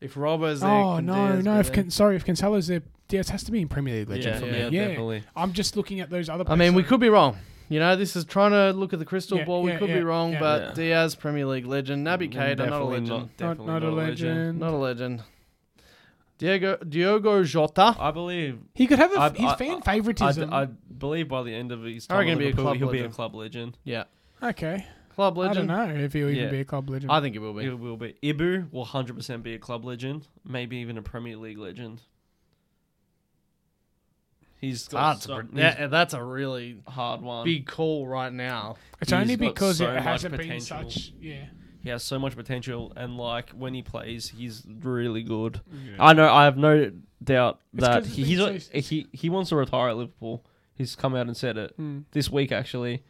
S1: If Robbo's there,
S3: oh
S1: can
S3: no,
S1: Diaz
S3: no.
S1: be
S3: If
S1: there?
S3: Can, sorry, if Cancelo's there, Diaz has to be in Premier League legend
S2: yeah,
S3: for
S2: yeah,
S3: me. Yeah,
S2: definitely.
S3: I'm just looking at those other.
S1: I mean, we
S3: players.
S1: could be wrong. You know, this is trying to look at the crystal
S3: Yeah,
S1: ball. We
S3: yeah,
S1: could
S3: yeah,
S1: be wrong,
S3: yeah.
S1: but
S2: Yeah. Mm,
S1: Diaz, Premier League legend. Naby Keita, not a
S2: Definitely
S1: legend. Not,
S2: Not, definitely
S3: not, not a legend.
S1: a legend. Diego Diogo Jota.
S2: I believe.
S3: He could have a,
S2: I'd-
S3: his
S2: I-
S3: fan
S2: I,
S3: favoritism.
S2: I believe by the end of his
S1: I
S2: time,
S1: reckon he'll
S2: at
S1: be a
S2: Liverpool,
S1: club
S2: he'll be a
S1: legend.
S2: club legend.
S1: Yeah,
S3: okay,
S1: club
S3: I don't
S1: legend. I,
S3: know if he'll even
S2: Yeah.
S3: be a club legend.
S1: think it will be.
S2: It will be. Ibu will 100% be a club legend, maybe even a Premier League legend. He's
S1: It's
S2: got
S1: hard
S2: so,
S1: to
S2: he's
S1: pre- that- that's a really
S2: hard one.
S1: big call right now.
S3: It's
S2: He's
S3: only
S2: got
S3: because
S2: so
S3: it
S2: much
S3: hasn't been
S2: potential.
S3: such. Yeah.
S2: He has so much potential, and like when he plays, he's really good.
S3: Yeah.
S2: I know. I have no doubt
S3: It's
S2: that
S3: 'cause
S2: he,
S3: it's
S2: he's
S3: been so-
S2: he he wants to retire at Liverpool. He's come out and said it
S3: Mm.
S2: this week actually.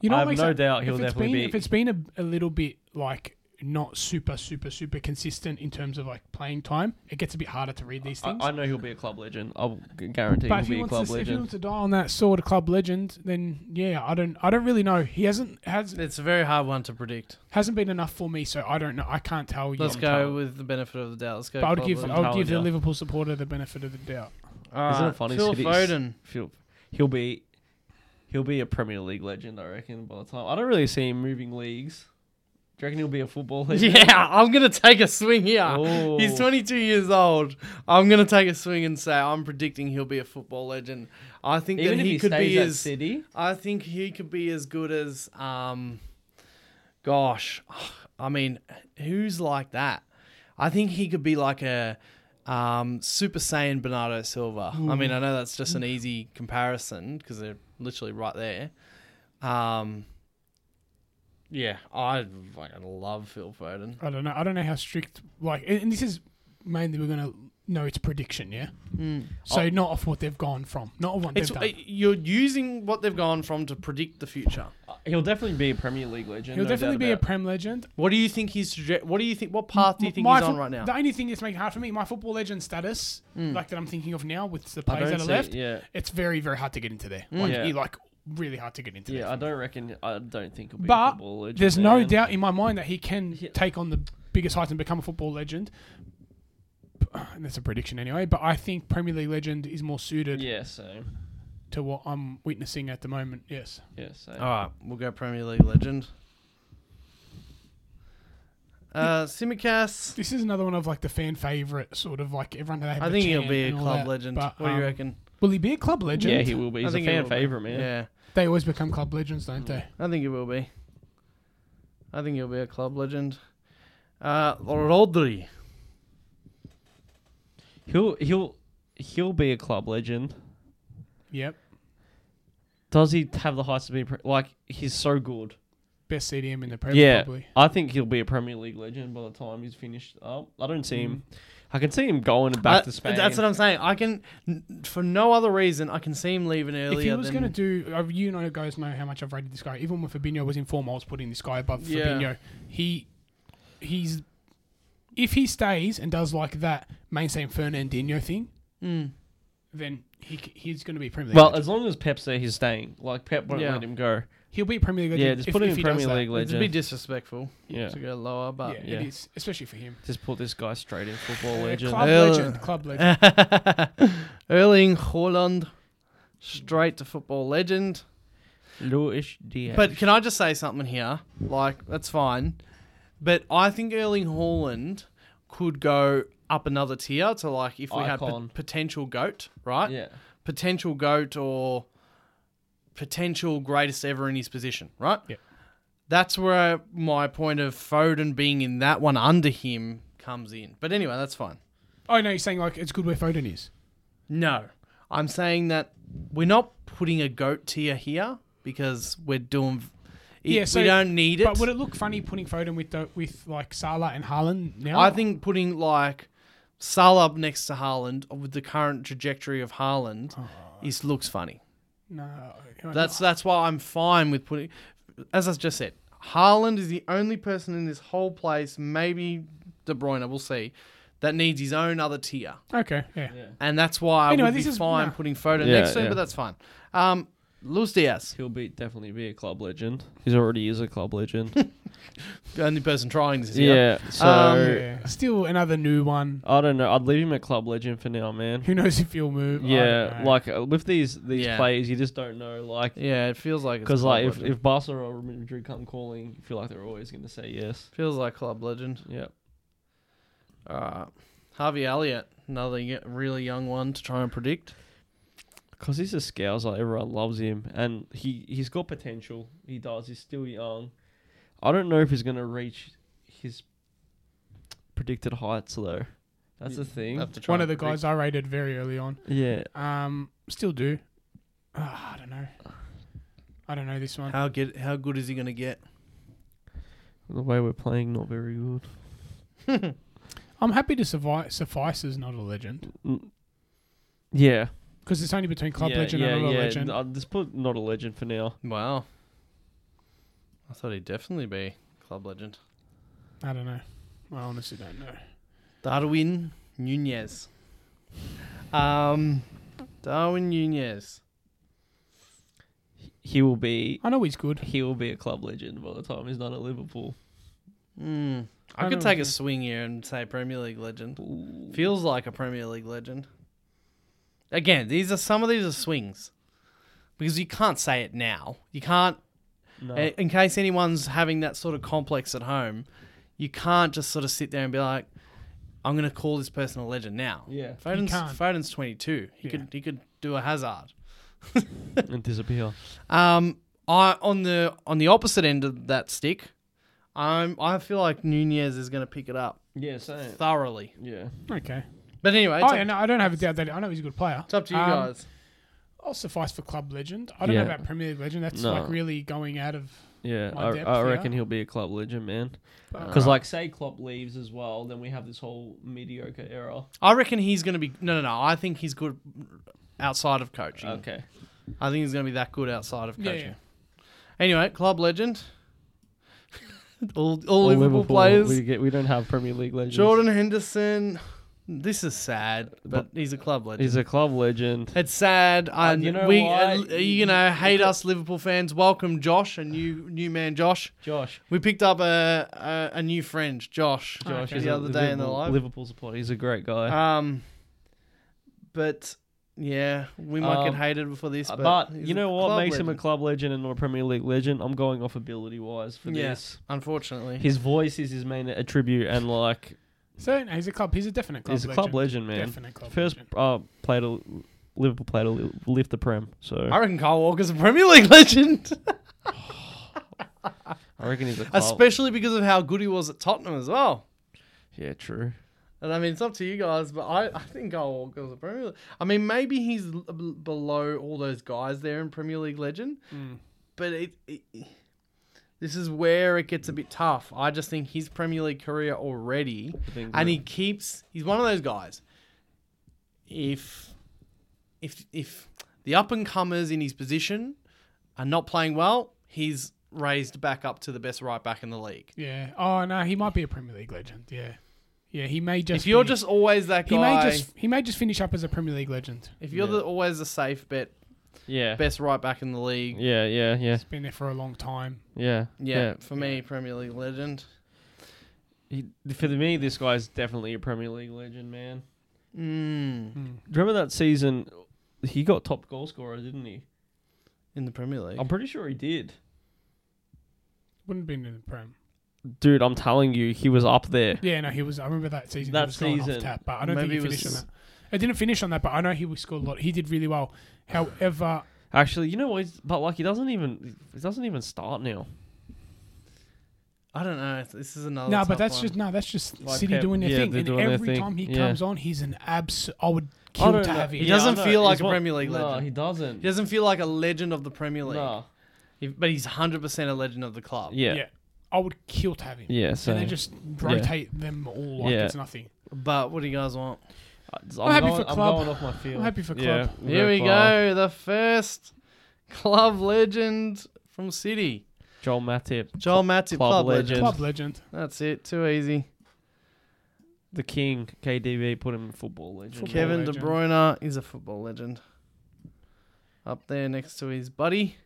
S3: You know
S2: I
S3: what
S2: have
S3: makes
S2: no
S3: that-
S2: doubt
S3: if
S2: he'll
S3: it's
S2: definitely
S3: been,
S2: be-
S3: If it's been a, a little bit like not super, super, super consistent in terms of like playing time, it gets a bit harder to read these
S2: I,
S3: things.
S2: I know he'll be a club legend. I'll gu- guarantee
S3: but if
S2: he'll
S3: he,
S2: be a
S3: wants
S2: club
S3: to, if he
S2: legend.
S3: wants to die on that sort of club legend, then yeah, I don't, I don't really know. He hasn't has
S1: It's a very hard one to predict.
S3: hasn't been enough for me, so I don't know. I can't tell you.
S1: Let's
S2: I'm
S1: go
S2: telling-
S1: with the benefit of the doubt. Let's go.
S3: but I would
S1: club
S3: give,
S1: legend.
S2: I'm
S3: I would give
S2: telling
S3: the
S2: ya.
S3: Liverpool supporter the benefit of the doubt.
S1: All
S2: Isn't it
S1: right,
S2: funny,
S1: Phil
S2: City's-
S1: Foden.
S2: He'll, he'll be he'll be a Premier League legend, I reckon. By the time I don't really see him moving leagues. Do you reckon he'll be a football legend?
S1: Yeah, I'm gonna take a swing here.
S2: Oh.
S1: He's 22 years old. I'm gonna take a swing and say I'm predicting he'll be a football legend. I think
S2: Even
S1: that
S2: if
S1: he,
S2: he
S1: could
S2: stays
S1: be
S2: at
S1: as
S2: City,
S1: I think he could be as good as um, gosh, I mean, who's like that? I think he could be like a um, Super Saiyan Bernardo Silva.
S2: Hmm.
S1: I mean, I know that's just an easy comparison because they're literally right there. Um, yeah, I fucking love Phil Foden.
S3: I don't know. I don't know how strict like, and, and this is mainly we're gonna know it's prediction, yeah. So not off what they've gone from, not what
S1: Oh. It's
S3: they've
S1: uh,
S3: done.
S1: you're using what they've gone from to predict the future.
S2: uh, he'll definitely be a Premier League legend.
S3: He'll
S2: no doubt
S3: definitely be a
S2: about it.
S3: prem legend.
S1: What do you think he's? traje- What do you think? What path do you think
S3: My
S1: he's on
S3: fo-
S1: right now?
S3: The only thing that's making it hard for me, my football legend status, like that I'm thinking of now with the
S2: I
S3: players that
S2: don't
S3: are
S2: see,
S3: left,
S2: Yeah,
S3: it's very, very hard to get into
S1: Mm.
S3: there. Like,
S2: Yeah.
S3: you- like really hard to get into
S2: yeah. I
S3: there.
S2: don't reckon. I don't think he'll be a
S3: But
S2: football legend.
S3: There's no
S2: man.
S3: doubt in my mind that he can
S2: Yeah.
S3: take on the biggest heights and become a football legend. And that's a prediction anyway, but I think Premier League legend is more suited
S2: Yeah, so
S3: to what I'm witnessing at the moment. Yes.
S2: yeah, so
S3: Oh,
S1: All right, we'll go Premier League legend. Uh, Simicas,
S3: This is another one of like the fan favorite sort of like everyone they have.
S1: I
S3: the
S1: think he'll
S3: chant
S1: be a
S3: and all
S1: club
S3: that,
S1: legend.
S3: but,
S1: what do
S3: um,
S1: you reckon?
S3: Will he be a club legend?
S2: Yeah, he will be. He's a
S1: think he
S2: fan
S1: will be.
S2: favorite, man.
S1: Yeah,
S3: They always become club legends, don't they?
S1: I think he will be. I think he'll be a club legend. Uh, Rodri.
S2: He'll he'll he'll be a club legend.
S3: Yep.
S2: Does he have the heights to be pre- like? He's so good.
S3: Best CDM in the Premier,
S2: yeah,
S3: probably.
S2: I think he'll be a Premier League legend by the time he's finished up. I don't see him. I can see him going back
S1: I-
S2: to Spain.
S1: Uh, That's what I'm saying. I can, n- for no other reason, I can see him leaving earlier.
S3: If he was
S1: than-
S3: going to do, uh, you know, guys know how much I've rated this guy. Even when Fabinho was in form, I was putting this guy above
S1: Yeah.
S3: Fabinho. He, he's, if he stays and does like that mainstay Fernandinho thing,
S1: Mm.
S3: then he, c- he's going to be Premier League.
S2: well,
S3: legend.
S2: as long as Pep's there, he's staying. Like Pep won't
S1: Yeah.
S2: let him go.
S3: he'll be Premier League.
S2: yeah,
S3: legend
S2: just
S3: if-
S2: put him
S3: if
S2: in
S3: he does
S2: Premier
S3: that.
S2: League
S1: It'd be
S2: legend.
S1: disrespectful
S2: yeah.
S1: to go lower, but
S3: yeah, it
S2: yeah.
S3: is, especially for him.
S2: just put this guy straight in football
S3: Uh,
S2: legend. Uh,
S3: club
S1: Hell.
S3: legend, club legend.
S1: Erling Haaland, straight to football legend.
S2: Luis Diaz.
S1: But can I just say something here? Like, that's fine. But I think Erling Haaland could go up another tier to like if we had
S2: Icon.
S1: pot- potential goat, right?
S2: yeah,
S1: Potential goat or potential greatest ever in his position, right?
S3: Yeah.
S1: That's where my point of Foden being in that one under him comes in. But anyway, that's fine.
S3: Oh no, you're saying like it's good where Foden is.
S1: No, I'm saying that we're not putting a goat tier here because we're doing. It,
S3: Yeah, so-
S1: we don't need it.
S3: But would it look funny putting Foden with the with like Salah and Haaland now?
S1: I think putting like Salah up next to Haaland with the current trajectory of Haaland is looks funny.
S3: no.
S1: That's that's why I'm fine with putting. As I just said, Haaland is the only person in this whole place, maybe De Bruyne, we'll see, that needs his own other tier,
S3: okay. Yeah.
S1: and that's why
S3: Anyway,
S1: I would
S3: this
S1: be
S3: is-
S1: fine
S3: nah.
S1: putting Foden
S2: Yeah,
S1: next to him.
S2: yeah.
S1: But that's fine. Um, Luis Diaz,
S2: he'll be definitely be a club legend. He's already is a club legend.
S1: the only person trying this year.
S2: yeah. So
S1: Um,
S3: yeah. Still another new one.
S2: I don't know. I'd leave him a club legend for now, man.
S3: Who knows if he'll move? I
S2: Yeah,
S3: don't know.
S2: like uh, with these these
S1: Yeah.
S2: players, you just don't know. Like
S1: Yeah, it feels like it's
S2: because
S1: club
S2: like if,
S1: legend.
S2: if Barcelona or Madrid come calling, you feel like they're always going to say yes.
S1: feels like club legend.
S2: Yeah.
S1: All right, Harvey Elliott, another y- really young one to try and predict.
S2: Because he's a scouser, everyone loves him, and he he's got potential. He does. He's still young. I don't know if he's gonna reach his predicted heights though. That's the thing.
S1: Have to try
S3: one of
S1: and
S3: the
S1: predict.
S3: guys I rated very early on.
S2: yeah,
S3: Um, still do. Ah, I don't know. I don't know this one.
S1: How get? How good is he going to get?
S2: the way we're playing, not very good.
S3: I'm happy to suffice. Suffice is not a legend
S2: Mm. Yeah,
S3: because it's only between club
S2: yeah,
S3: legend
S2: yeah,
S3: and not a
S2: yeah.
S3: legend.
S2: I'll just put not a legend for now.
S1: Wow. I thought he'd definitely be club legend.
S3: I don't know. I honestly don't know.
S1: Darwin Nunez. Um, Darwin Nunez.
S2: He will be
S3: I know he's good.
S2: he will be a club legend by the time he's done at Liverpool.
S1: Hmm.
S3: I
S1: I
S3: know
S1: could take
S3: him.
S1: a swing here and say Premier League legend. Feels like a Premier League legend. Again, these are some of these are swings. Because you can't say it now. You can't
S2: No.
S1: A- in case anyone's having that sort of complex at home, you can't just sort of sit there and be like, "I'm going to call this person a legend now."
S2: Yeah.
S1: Foden's,
S3: can't.
S1: Foden's 22. He
S3: Yeah.
S1: could he could do a Hazard.
S2: and disappear.
S1: Um, I on the on the opposite end of that stick, I'm I feel like Nunez is going to pick it up
S2: Yeah, same.
S1: thoroughly.
S2: Yeah.
S3: Okay.
S1: But anyway, it's,
S3: Oh,
S1: up,
S3: yeah, no, I don't have a doubt that I know he's a good player.
S1: it's up to you
S3: Um,
S1: guys.
S3: I'll suffice for club legend. I don't
S2: Yeah.
S3: know about Premier League legend. That's
S2: No.
S3: like really going out of.
S2: Yeah,
S3: My
S2: I,
S3: depth
S2: I
S3: here.
S2: reckon he'll be a club legend, man.
S3: But,
S2: Because like, say Klopp leaves as well, then we have this whole mediocre era.
S1: I reckon he's going to be no no no. I think he's good outside of coaching.
S2: Okay.
S1: I think he's going to be that good outside of
S3: yeah,
S1: coaching.
S3: yeah.
S1: Anyway, club legend. all all Liverpool, players.
S2: We get we don't have Premier League legends.
S1: Jordan Henderson. This is sad, but, he's a club legend.
S2: He's a club legend.
S1: it's sad. I,
S2: you know
S1: we,
S2: what?
S1: uh, you know, hate us Liverpool fans. Welcome, Josh, a new new man, Josh.
S2: Josh.
S1: We picked up a a, a new friend, Josh,
S2: Josh
S1: the
S2: is a
S1: other day in the
S2: Liverpool-
S1: live.
S2: Liverpool supporter. He's a great guy.
S1: Um, but yeah, we might
S2: Um,
S1: get hated for this.
S2: Uh,
S1: But,
S2: but
S1: he's
S2: you
S1: a
S2: know what
S1: club
S2: makes him a
S1: legend.
S2: club legend and not a Premier League legend? I'm going off ability wise for
S1: Yeah.
S2: this.
S1: Unfortunately,
S2: His voice is his main attribute, and like
S3: So no, he's a club. He's a definite club.
S2: he's a club legend, man.
S3: Definite club
S2: First
S3: legend.
S2: uh, played a Liverpool player to li- lift the prem. So
S1: I reckon Kyle Walker's a Premier League legend,
S2: I reckon he's a cult.
S1: especially because of how good he was at Tottenham as well.
S2: yeah, true.
S1: And I mean, it's up to you guys, but I, I think Kyle Walker's a Premier League. I mean, maybe he's l- b- below all those guys there in Premier League legend,
S3: Hmm.
S1: but it, it this is where it gets a bit tough. I just think his Premier League career already,
S2: think
S1: and
S2: that-
S1: he keeps. He's one of those guys. If if if the up and comers in his position are not playing well, he's raised back up to the best right back in the league.
S3: Yeah. Oh no, he might be a Premier League legend. Yeah. Yeah, he may just
S1: If you're
S3: be-
S1: just always that
S3: Hmm. he
S1: guy,
S3: may just he may just finish up as a Premier League legend.
S1: if you're the, always the safe bet,
S2: Yeah.
S1: best right back in the league, yeah,
S2: Yeah, yeah, yeah,
S3: He's been there for a long time.
S2: yeah.
S1: for me, Premier League legend.
S2: He, for me, this guy's definitely a Premier League legend, man.
S3: Hmm.
S1: Mm,
S2: Remember that season? He got top goal scorer, didn't he?
S1: in the Premier League,
S2: I'm pretty sure he did.
S3: Wouldn't have been in the Prem.
S2: Dude, I'm telling you, he was up there.
S3: Yeah, no, he was. I remember that season.
S2: That
S3: he was going
S2: season.
S3: off tap, but I don't
S1: Maybe it
S3: think he finished
S1: was-
S3: on that. I didn't finish on that, but I know he scored a lot. He did really well. However,
S2: Actually, you know what? He's, but like, he doesn't even he doesn't even start now.
S1: I don't know. it's- This is
S2: Oh,
S1: another.
S3: no, but
S1: tough
S3: that's
S1: one.
S3: just no, that's just
S2: Like
S3: City
S2: Pep-
S3: doing their
S2: yeah,
S3: thing.
S2: they're
S3: And
S2: doing their
S3: every
S2: thing.
S3: time he
S2: Yeah.
S3: comes on, he's an abs. I would
S2: I
S3: kill
S2: don't
S3: to
S2: know.
S3: have him.
S1: He doesn't
S2: I know.
S1: feel like
S2: He's
S1: a
S2: what-
S1: Premier League
S2: No,
S1: legend.
S2: he doesn't.
S1: He doesn't feel like a legend of the Premier League,
S2: No.
S1: He- but he's hundred percent a legend of the club.
S2: Yeah. Yeah.
S3: I would kill to have him.
S2: so
S3: and they just rotate them all like
S2: Yeah.
S3: it's nothing.
S1: But what do you guys want?
S2: uh, I'm,
S3: happy
S2: going,
S3: for
S2: I'm
S3: club.
S2: going off my field.
S3: happy for
S2: Yeah,
S3: club.
S1: Here we
S2: club.
S1: go. The first club legend from City,
S2: Joel Matip,
S1: Joel Matip,
S2: club
S1: club,
S2: legend.
S1: legend.
S3: Club legend.
S1: That's it. Too easy.
S2: the king, KDB, put him in football legend.
S3: Football
S1: Kevin
S3: legend.
S1: De Bruyne is a football legend. Up there next to his buddy,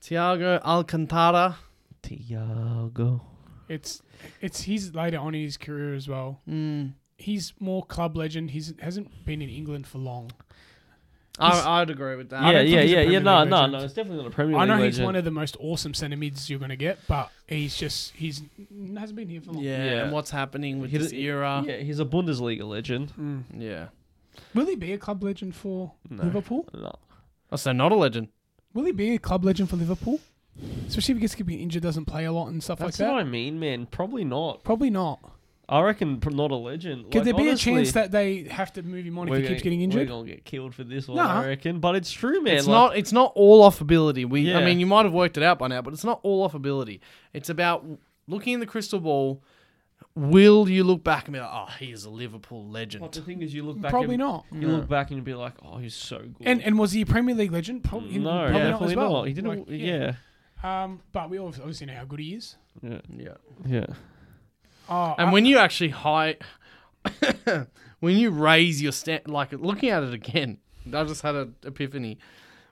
S1: Thiago Alcantara.
S2: Tiago.
S3: It's it's he's later on in his career as well.
S1: Mm.
S3: He's more club legend. He's hasn't been in England for long. He's-
S1: I, I'd agree with that.
S2: Yeah,
S3: don't think
S2: yeah,
S3: he's a
S2: yeah, yeah.
S3: Premier
S2: No,
S3: League
S2: no,
S3: legend.
S2: no. It's definitely not a Premier League
S3: I know
S2: legend.
S3: he's one of the most awesome centre mids you're gonna get, but he's just he's n- hasn't been here for long.
S1: Yeah,
S2: Yeah.
S1: and what's happening with
S2: He
S1: this
S2: d-
S1: era.
S2: Yeah, he's a Bundesliga legend.
S3: Mm.
S1: Yeah.
S3: Will he be a club legend for
S2: No.
S3: Liverpool?
S2: No.
S1: Oh, so not a legend.
S3: Will he be a club legend for Liverpool? Especially because he could be injured, doesn't play a lot and stuff
S2: That's
S3: like that.
S2: what I mean, man. Probably not.
S3: Probably not.
S2: I reckon pr- not a legend.
S3: Could
S2: Like,
S3: there be
S2: honestly,
S3: a chance that they have to move him on if
S2: we're
S3: he keeps
S2: gonna-
S3: getting
S2: We're
S3: injured?
S2: gonna get killed for this one,
S3: Nah.
S2: I reckon. But it's true, man.
S1: It's
S2: like,
S1: not. It's not all off ability. We.
S2: Yeah.
S1: I mean, you might have worked it out by now, but it's not all off ability. It's about looking in the crystal ball. Will you look back and be like, "Oh, he is a Liverpool
S2: But the
S1: legend"?
S2: thing is, you look back.
S3: Probably
S2: and,
S3: not.
S2: You look back and you be like, oh, he's so good. Mm,
S3: And and was he a Premier League legend? Prob- he- Probably,
S2: no,
S3: not
S2: definitely
S3: as well.
S2: not. He didn't.
S3: Like,
S2: yeah.
S3: Um, but we all obviously know how good he is.
S2: yeah,
S1: Yeah.
S2: yeah,
S3: Oh,
S1: And
S3: I-
S1: when you actually high, when you raise your stand, like looking at it again, I just had an epiphany.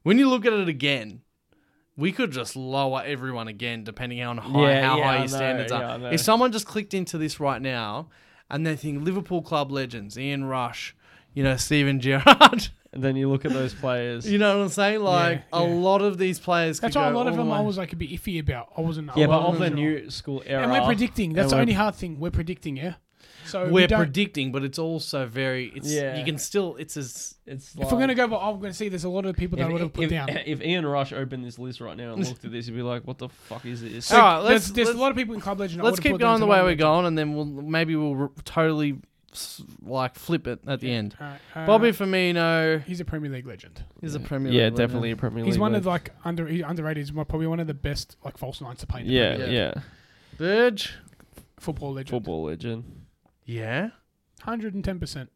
S1: When you look at it again, we could just lower everyone again, depending on high,
S2: Yeah,
S1: how
S2: yeah,
S1: high
S2: I
S1: your standards
S2: know,
S1: are.
S2: yeah, I know.
S1: if someone just clicked into this right now, and they think Liverpool club legends, Ian Rush, you know Steven Gerrard,
S2: And then you look at those players.
S1: you know what I'm saying? Like a
S3: yeah.
S1: lot of these players.
S3: that's
S1: could
S3: why a
S1: go
S3: lot of
S1: all the
S3: them I
S1: way.
S3: was like a bit iffy about. I wasn't. I
S2: yeah, but
S3: wasn't
S2: of the
S3: sure.
S2: new school era.
S3: And we're predicting. That's
S2: and
S3: the
S2: we're-
S3: only hard thing. We're predicting. Yeah. So uh, we
S1: We're
S3: don't-
S1: predicting, but it's also very. It's
S2: Yeah.
S1: you can still. It's as
S2: It's
S3: If
S2: like,
S3: we're gonna go, but I'm gonna see there's a lot of people that I would have put
S2: if,
S3: down.
S2: if Ian Rush opened this list right now and looked at this, he'd be like, "What the fuck is this?"
S1: All right,
S3: there's
S1: let's-
S3: there's a
S1: let's-
S3: lot of people in club legend. I
S1: Let's
S3: would've
S1: keep
S3: put
S1: going
S3: down
S1: the
S3: to
S1: way
S3: club
S1: we're
S3: legend.
S1: going, and then we'll maybe we'll r totally s- like flip it at the end.
S3: All right, uh,
S1: Bobby Firmino
S3: he's a Premier League legend.
S1: is a Premier.
S2: yeah,
S1: League
S2: definitely a Premier League.
S3: He's one of
S2: legend.
S3: like under he- underrated. He's one- probably one of the best like false nines to play. In the
S2: yeah,
S3: Premier League.
S2: yeah,
S1: League. Verge.
S3: Football legend.
S2: football legend.
S1: Yeah.
S3: Hundred and ten percent.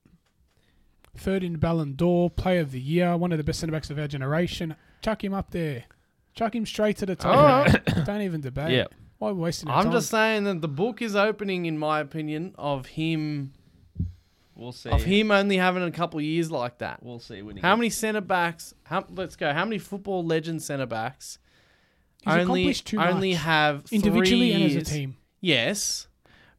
S3: Third in Ballon d'Or, Player of the Year, one of the best centre backs of our generation. Chuck him up there. Chuck him straight to the top. Don't even debate.
S2: Yeah.
S3: Why are we wasting our
S1: I'm
S3: time?
S1: just saying that the book is opening, in my opinion, of him
S2: We'll see.
S1: of him only having a couple years like that.
S2: We'll see when he
S1: How
S2: gets-
S1: many centre backs? How, let's go. How many football legend centre backs
S3: He's
S1: only
S3: accomplished too
S1: only
S3: much.
S1: have three
S3: individually and as a
S1: years?
S3: team.
S1: Yes,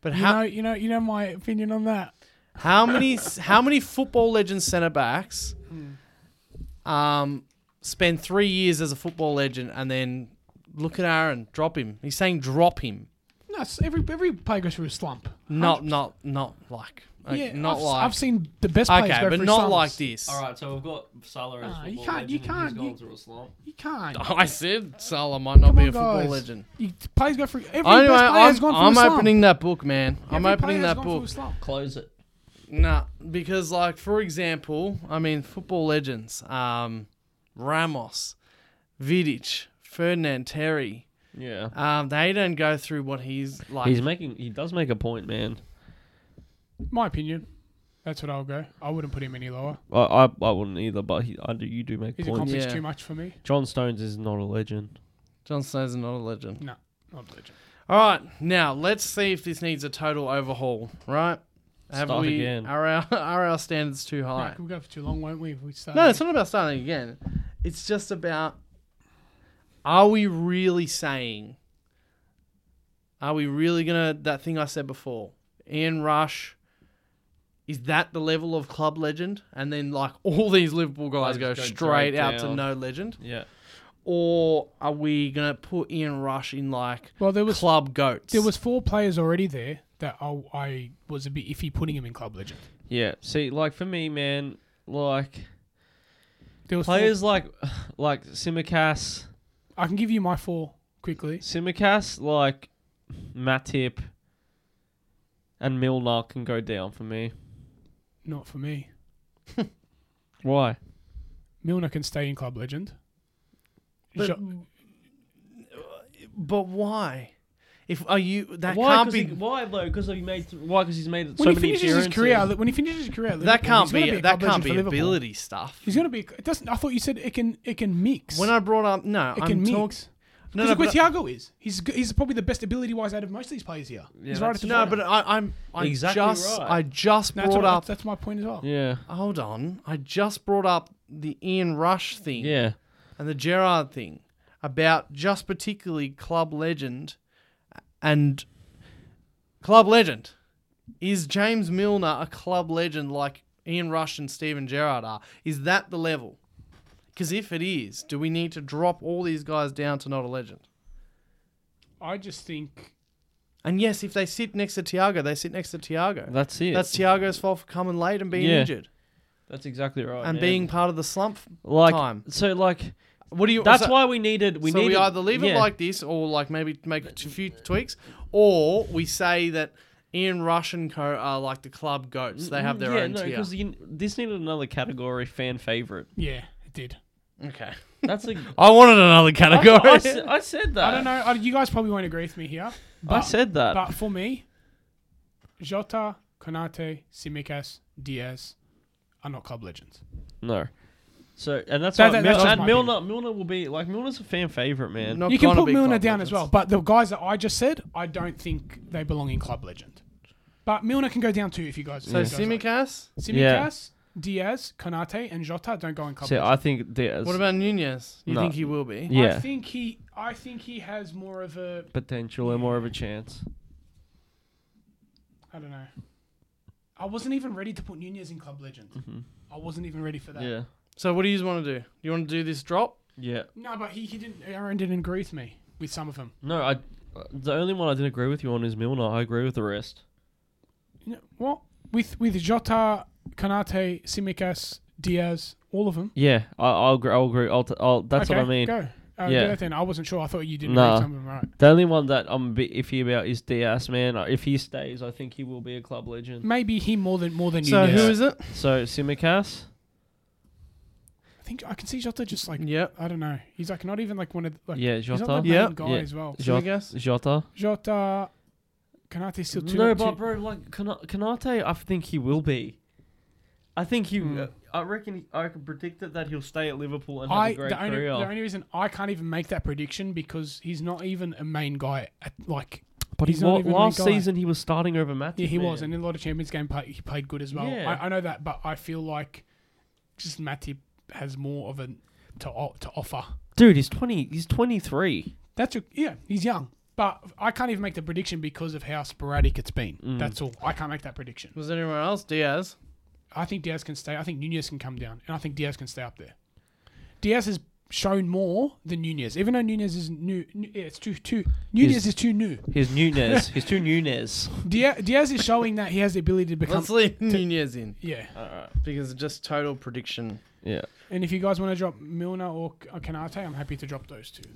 S1: but
S3: You
S1: how
S3: know, you know, you know my opinion on that.
S1: How many how many football legend centre backs
S3: Hmm.
S1: um spend three years as a football legend and then look at Aaron, drop him. He's saying drop him.
S3: No, it's every every player goes through a slump.
S1: Not not not like Like,
S3: yeah,
S1: not
S3: I've,
S1: like
S3: I've seen the best players
S1: okay,
S3: go
S1: but
S3: through
S1: not
S3: slumps.
S1: like this.
S2: All right, so we've got Salah as
S3: Ah,
S2: football
S3: you can't- you
S2: legend, and
S3: can't-
S2: He's gone
S3: you-
S2: through a slump.
S3: You can't.
S1: I said Salah might not
S3: Come
S1: be
S3: on,
S1: a football
S3: guys.
S1: legend.
S3: You, players go through. Every
S1: Anyway,
S3: best player has
S1: I'm,
S3: gone through a
S1: I'm
S3: slump.
S1: opening that book, man. I'm
S3: Every
S1: opening
S3: player's
S1: that
S3: gone through a
S1: book.
S3: slump.
S2: Close it.
S1: Nah, because like for example, I mean football legends, um, Ramos, Vidic, Ferdinand, Terry,
S2: Yeah.
S1: um, they don't go through what he's like.
S2: He's making. He does make a point, man.
S3: My opinion. That's what I'll go. I wouldn't put him any lower.
S2: I I, I wouldn't either, but he, I do. You do make
S3: He's
S2: points.
S3: accomplished
S1: Yeah.
S3: too much for me.
S2: John Stones is not a legend.
S1: John Stone's not a legend.
S3: No, not a legend.
S1: All right, now let's see if this needs a total overhaul. Right? Have
S2: Start
S1: we
S2: again.
S1: are our are our standards too high?
S3: Right, we'll go for too long, won't we? If we start.
S1: No, it's not about starting again. It's just about are we really saying are we really gonna that thing I said before? Ian Rush is that the level of club legend? And then like all these Liverpool guys
S2: They
S1: go,
S2: just go
S1: straight
S2: straight
S1: out to
S2: down.
S1: no legend?
S2: Yeah.
S1: Or are we gonna put Ian Rush in like
S3: well, there was
S1: club goats?
S3: there was four players already there that I, I was a bit iffy putting him in club legend.
S2: Yeah. See, like for me, man, like
S3: There was four-
S2: players like like Simicas,
S3: I can give you my four quickly.
S2: Simicas, like Matip, and Milner can go down for me.
S3: Not for me.
S2: Why?
S3: Milner can stay in club legend.
S1: But-
S3: Jo-
S1: but why? If are you that
S2: why?
S1: can't
S2: 'Cause
S1: be
S2: He, why though? Because he made. Why? Because he's made so
S3: when he
S2: many
S3: finishes his
S2: appearances.
S3: career, li- when he finishes his career, at
S1: that
S3: Liverpool,
S1: can't
S3: he's gonna
S1: be
S3: a
S1: that
S3: club
S1: can't
S3: legend for
S1: be
S3: Liverpool.
S1: ability stuff.
S3: He's gonna be. It doesn't. I thought you said it can. It can mix.
S1: When I brought up no,
S3: it
S1: I'm
S3: can
S1: talking
S3: mix.
S1: no,
S3: Because
S1: no,
S3: look where
S1: but-
S3: Thiago is. He's g- he's probably the best ability wise out of most of these players here. he's right at
S2: that's-
S3: the
S1: No,
S3: bottom.
S1: but I, I'm I
S2: Exactly
S1: just
S2: right.
S1: I just
S3: No, that's,
S1: brought
S3: what I-
S1: up.
S3: that's my point as well.
S2: Yeah.
S1: Hold on, I just brought up the Ian Rush thing
S2: Yeah.
S1: and the Gerard thing about just particularly club legend, and club legend is James Milner a club legend like Ian Rush and Steven Gerrard are? Is that the level? Because if it is, do we need to drop all these guys down to not a legend?
S3: I just think
S1: And yes, if they sit next to Tiago, they sit next to Tiago.
S2: That's it.
S1: That's
S2: That's
S1: Tiago's fault for coming late and being
S2: Yeah.
S1: injured
S2: that's exactly right.
S1: and
S2: man.
S1: being part of the slump.
S2: like
S1: time.
S2: so like
S1: What do you?
S2: that's
S1: so,
S2: why we needed we
S1: so
S2: needed
S1: we either leave it
S2: yeah.
S1: like this, or like maybe make a few tweaks, or we say that Ian Rush and Co are like the club goats. They
S3: Mm,
S1: have their
S2: Mm, yeah,
S1: own
S2: no,
S1: tier.
S2: because this needed another category fan favorite.
S3: yeah, it did.
S1: Okay.
S2: That's a
S1: I wanted another
S2: I,
S1: category.
S2: I, said, I said
S1: Uh,
S2: that.
S3: I don't know. I, you guys probably won't agree with me here. But,
S2: I said that.
S3: But for me, Jota, Konate, Simicas, Diaz are not club legends.
S2: no. So and that's
S3: That-
S2: why
S3: that- that's just
S2: and
S3: my
S2: Milner Milner will be like Milner's a fan favorite man.
S1: Not
S3: you can
S1: gonna
S3: put
S1: be
S3: Milner
S1: club
S3: down
S1: legends.
S3: as well, but the guys that I just said, I don't think they belong in club legend. But Milner can go down too if you guys.
S1: So
S3: if you guys like.
S1: Simicas.
S3: Simicas, Diaz, Konate, and Jota don't go in club.
S2: See,
S3: legend.
S2: I think there's
S1: What about Nunez? You
S2: No.
S1: think he will be?
S2: Yeah.
S3: I think he. I think he has more of a.
S2: potential and more of a chance.
S3: I don't know. I wasn't even ready to put Nunez in club legend. I wasn't even ready for that.
S2: Mm-hmm. Yeah.
S1: So what do you want to do? You want to do this drop?
S2: Yeah.
S3: No, but he, he didn't. Aaron didn't agree with me with some of them.
S2: No, I the only one I didn't agree with you on is Milner. I agree with the rest.
S3: You know, what with with Jota, Kanate, Simicas, Diaz, all of them.
S2: Yeah, I, I'll agree. I'll agree. I'll t- I'll, that's
S3: Okay,
S2: what I mean.
S3: Go. Uh,
S2: Yeah.
S3: yeah. Then I wasn't sure. I thought you didn't
S2: Nah.
S3: agree with some of them, right?
S2: The only one that I'm a bit iffy about is Diaz, man. If he stays, I think he will be a club legend.
S3: Maybe he more than more than
S1: So
S3: Nunez.
S1: who is it?
S2: So Simicas,
S3: I think I can see Jota just like
S1: Yep.
S3: I don't know. He's like not even like one of the, like
S2: yeah,
S3: he's not
S2: Jota,
S3: the main
S1: Yep.
S3: guy
S2: Yeah.
S3: as well.
S2: Jo-
S1: Simicas?
S2: Jota.
S3: Jota, Kanate's still too.
S2: no,
S3: too-
S2: but bro, like Kana- Kanate, I think he will be. I think he. uh,
S3: Mm.
S2: I reckon I can predict it that he'll stay at Liverpool and have
S3: I
S2: a great
S3: the only,
S2: career.
S3: the only reason I can't even make that prediction because he's not even a main guy at like
S2: but
S3: he's
S2: he
S3: not
S2: wa-
S3: even the
S2: last
S3: guy.
S2: season he was starting over Matthew.
S3: yeah he was and in a lot of Champions game play, he played good as well.
S2: Yeah.
S3: I, I know that, but I feel like just Matip has more of a to o- to offer.
S2: Dude, he's twenty. He's twenty three.
S3: That's a, yeah he's young, but I can't even make the prediction because of how sporadic it's been. That's all. I can't make that prediction.
S1: Was anyone else? Diaz.
S3: I think Diaz can stay. I think Nunez can come down, and I think Diaz can stay up there. Diaz is shown more than Nunez, even though Nunez is new. new yeah, it's too too. Nunez is too new.
S4: He's Nunez. He's too Nunez.
S3: Diaz, Diaz is showing that he has the ability to become.
S1: Let's leave Nunez in
S3: Yeah,
S2: All right.
S1: because just total prediction.
S2: Yeah.
S3: and if you guys want to drop Milner or K- or Kanate, I'm happy to drop those two.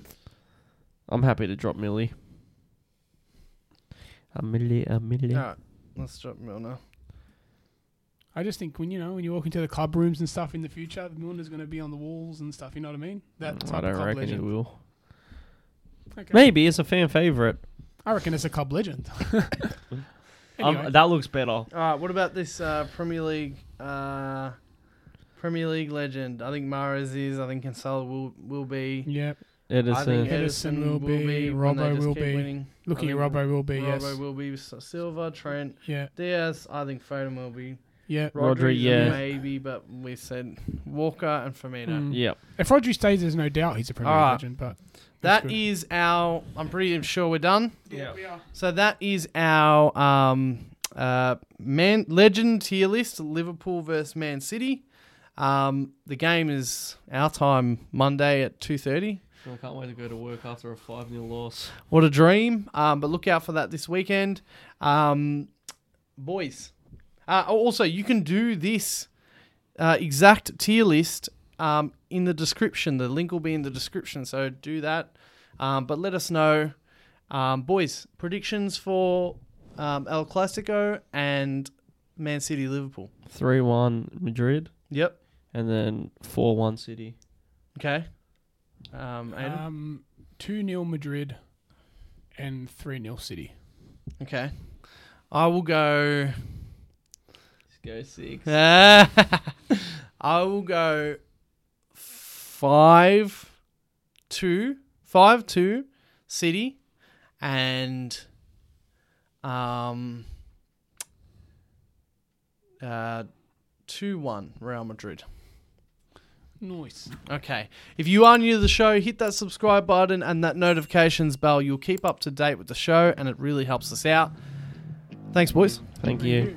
S2: I'm happy to drop Millie. A Millie, a Millie.
S1: All right, let's drop Milner.
S3: I just think when you know when you walk into the club rooms and stuff in the future, Milner's going to be on the walls and stuff. You know what I mean? That type
S2: Mm, I
S3: of
S2: don't
S3: club
S2: reckon
S3: legend.
S2: he will.
S3: Okay.
S2: Maybe it's a fan favorite.
S3: I reckon it's a club legend.
S2: Um,
S3: anyway,
S2: that looks better.
S1: All right, what about this uh, Premier League? Uh, Premier League legend. I think Mares is. I think Cancelo will will be.
S3: yeah,
S2: It is. uh,
S1: I think
S2: a-
S3: Ederson
S1: Edison
S3: will
S1: will
S3: be,
S1: be. when they
S3: Robbo
S1: just
S3: will
S1: keep
S3: be.
S1: Winning.
S3: looking
S1: I think
S3: at Robbo will be
S1: Robbo
S3: yes,
S1: will be. S- Silva, Trent,
S3: yeah,
S1: Diaz. I think Foden will be.
S3: yeah.
S2: Rodri,
S1: Rodri,
S2: yeah.
S1: maybe, but we said Walker and Firmino.
S3: Mm.
S2: Yep.
S3: If Rodri stays, there's no doubt he's a Premier League
S1: Alright.
S3: legend. But
S1: That
S3: good.
S1: is our. I'm pretty sure we're done.
S3: yeah, we are.
S1: So that is our um, uh, man legend tier list: Liverpool versus Man City. Um, the game is our time Monday at two thirty.
S4: I can't wait to go to work after a 5 0 loss.
S1: What a dream! Um, but look out for that this weekend, um, boys. Uh, also, you can do this uh, exact tier list um, in the description. The link will be in the description, so do that. Um, but let us know, um, boys, predictions for um, El Clasico and Man City Liverpool.
S2: 3 1 Madrid
S1: Yep.
S2: and then 4 1 City.
S1: Okay. Um, Aiden?
S3: Um, two 0 Madrid and three 0 City.
S1: okay. I will go.
S4: Let's go 6.
S1: I will go five, two, five, two, city, and um, uh, two one Real Madrid.
S3: Nice.
S1: Okay. If you are new to the show, hit that subscribe button and that notifications bell. You'll keep up to date with the show, and it really helps us out. Thanks, boys.
S2: Thank you.